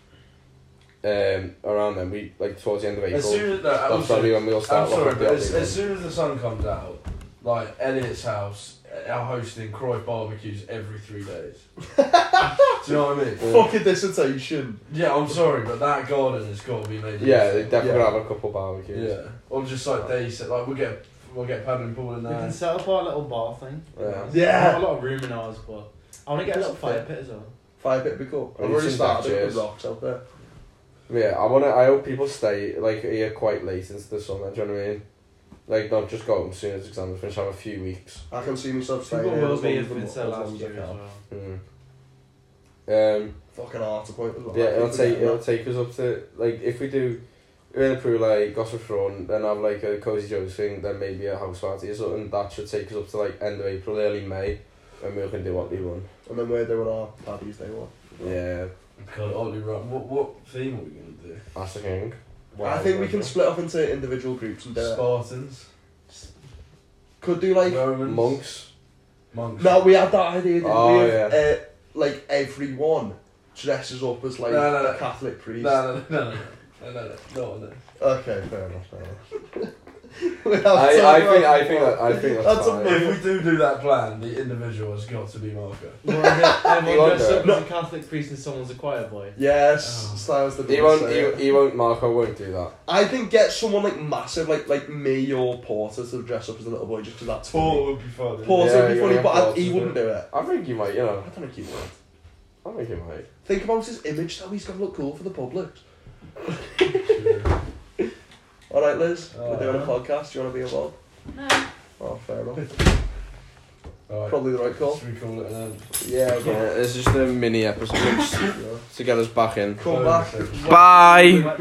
[SPEAKER 4] um around then we like towards the end of April.
[SPEAKER 2] As soon as no,
[SPEAKER 4] that's
[SPEAKER 2] also,
[SPEAKER 4] probably when we'll start.
[SPEAKER 2] I'm sorry,
[SPEAKER 4] looking
[SPEAKER 2] but
[SPEAKER 4] at the
[SPEAKER 2] as,
[SPEAKER 4] other
[SPEAKER 2] as soon as the sun comes out, like Elliot's house are hosting Croy barbecues every three days. Do you know what I mean?
[SPEAKER 4] Yeah.
[SPEAKER 3] Fucking dissertation.
[SPEAKER 2] Yeah, I'm sorry, but that garden has got to be made.
[SPEAKER 4] thing. yeah, they definitely
[SPEAKER 3] Yeah.
[SPEAKER 4] gonna have a couple barbecues.
[SPEAKER 2] yeah. Or just like they said, like we'll get we'll get paddling pool in
[SPEAKER 1] We can
[SPEAKER 2] there.
[SPEAKER 1] set up our little bar thing.
[SPEAKER 4] Yeah.
[SPEAKER 3] Yeah.
[SPEAKER 1] Not a lot of room in ours, but I want to get a little fire pit as well.
[SPEAKER 3] Five bit be cool. I've
[SPEAKER 4] Well, you
[SPEAKER 3] already
[SPEAKER 4] seem back,
[SPEAKER 3] started it
[SPEAKER 4] cheers.
[SPEAKER 3] with rocks out there.
[SPEAKER 4] Yeah, I wanna. I hope people stay like here quite late into the summer. Do you know what I mean? Like, not just go home as soon as exams finish. Have a few weeks.
[SPEAKER 3] I can see myself staying
[SPEAKER 1] People
[SPEAKER 3] here
[SPEAKER 1] will
[SPEAKER 3] as
[SPEAKER 1] be
[SPEAKER 3] long
[SPEAKER 1] if
[SPEAKER 3] as-
[SPEAKER 1] it's their
[SPEAKER 3] as long
[SPEAKER 1] last
[SPEAKER 3] as I
[SPEAKER 1] year as
[SPEAKER 3] can.
[SPEAKER 1] well.
[SPEAKER 4] Mm. Um.
[SPEAKER 3] Fucking hard to point as well.
[SPEAKER 4] Yeah,
[SPEAKER 3] I
[SPEAKER 4] it'll
[SPEAKER 3] keep
[SPEAKER 4] take
[SPEAKER 3] forgetting
[SPEAKER 4] it'll
[SPEAKER 3] that.
[SPEAKER 4] take us up to like if we do Liverpool like Gosford Throne, then have like a Cozy Joe's thing, then maybe a house party or something. That should take us up to like end of April, early May, and we can do what we want.
[SPEAKER 3] And then we're doing our parties day one.
[SPEAKER 4] Yeah,
[SPEAKER 2] God, Ollie, right. What what theme are we gonna do?
[SPEAKER 4] that's the thing.
[SPEAKER 3] I think we can split up into individual groups and do it.
[SPEAKER 2] Spartans,
[SPEAKER 3] Could do like
[SPEAKER 2] Romans,
[SPEAKER 4] monks.
[SPEAKER 2] monks.
[SPEAKER 3] No, we had that idea, didn't
[SPEAKER 4] Oh,
[SPEAKER 3] we?
[SPEAKER 4] yeah.
[SPEAKER 3] Of, uh, like everyone dresses up as like
[SPEAKER 2] No, no, no.
[SPEAKER 3] a Catholic priest.
[SPEAKER 2] No, no, no, no, no, no, no, no, no.
[SPEAKER 3] Okay, fair enough. Fair enough. We'll have
[SPEAKER 4] I,
[SPEAKER 3] to-
[SPEAKER 4] I think I think that, I think that's,
[SPEAKER 3] That's a
[SPEAKER 4] fine.
[SPEAKER 3] move.
[SPEAKER 2] If we do do that plan, the individual has got to be Marco.
[SPEAKER 1] You want to get
[SPEAKER 4] You
[SPEAKER 1] everyone
[SPEAKER 4] want
[SPEAKER 1] dressed
[SPEAKER 4] that?
[SPEAKER 1] up as a Catholic priest and someone's a choir boy.
[SPEAKER 3] Yes,
[SPEAKER 2] Oh.
[SPEAKER 3] styles the
[SPEAKER 4] He
[SPEAKER 3] best,
[SPEAKER 4] won't.
[SPEAKER 3] so
[SPEAKER 4] He,
[SPEAKER 3] yeah.
[SPEAKER 4] he won't. Marco won't do that.
[SPEAKER 3] I think get someone like massive, like like me or Porter to dress up as a little boy just because that's funny.
[SPEAKER 2] Paul would be fun.
[SPEAKER 3] Porter
[SPEAKER 4] Yeah,
[SPEAKER 3] would be
[SPEAKER 4] yeah,
[SPEAKER 3] funny,
[SPEAKER 4] yeah,
[SPEAKER 3] but I,
[SPEAKER 4] Porter's
[SPEAKER 3] he wouldn't
[SPEAKER 4] good.
[SPEAKER 3] do it.
[SPEAKER 4] I think you might. You know.
[SPEAKER 3] I don't think he would.
[SPEAKER 4] I think you might.
[SPEAKER 3] Think about his image though. He's gonna look cool for the public.
[SPEAKER 2] Yeah.
[SPEAKER 3] All right, Liz, we're
[SPEAKER 2] Oh,
[SPEAKER 3] doing a
[SPEAKER 2] yeah.
[SPEAKER 3] podcast. Do you want to be involved?
[SPEAKER 5] No.
[SPEAKER 3] Oh, fair enough.
[SPEAKER 2] Alright,
[SPEAKER 3] Probably the right call.
[SPEAKER 2] should we call it an end?
[SPEAKER 3] Yeah.
[SPEAKER 4] Yeah,
[SPEAKER 3] okay.
[SPEAKER 4] it's just a mini episode
[SPEAKER 3] yeah.
[SPEAKER 4] to get us back in.
[SPEAKER 3] Come
[SPEAKER 2] Close
[SPEAKER 3] back.
[SPEAKER 2] this episode.
[SPEAKER 4] Bye.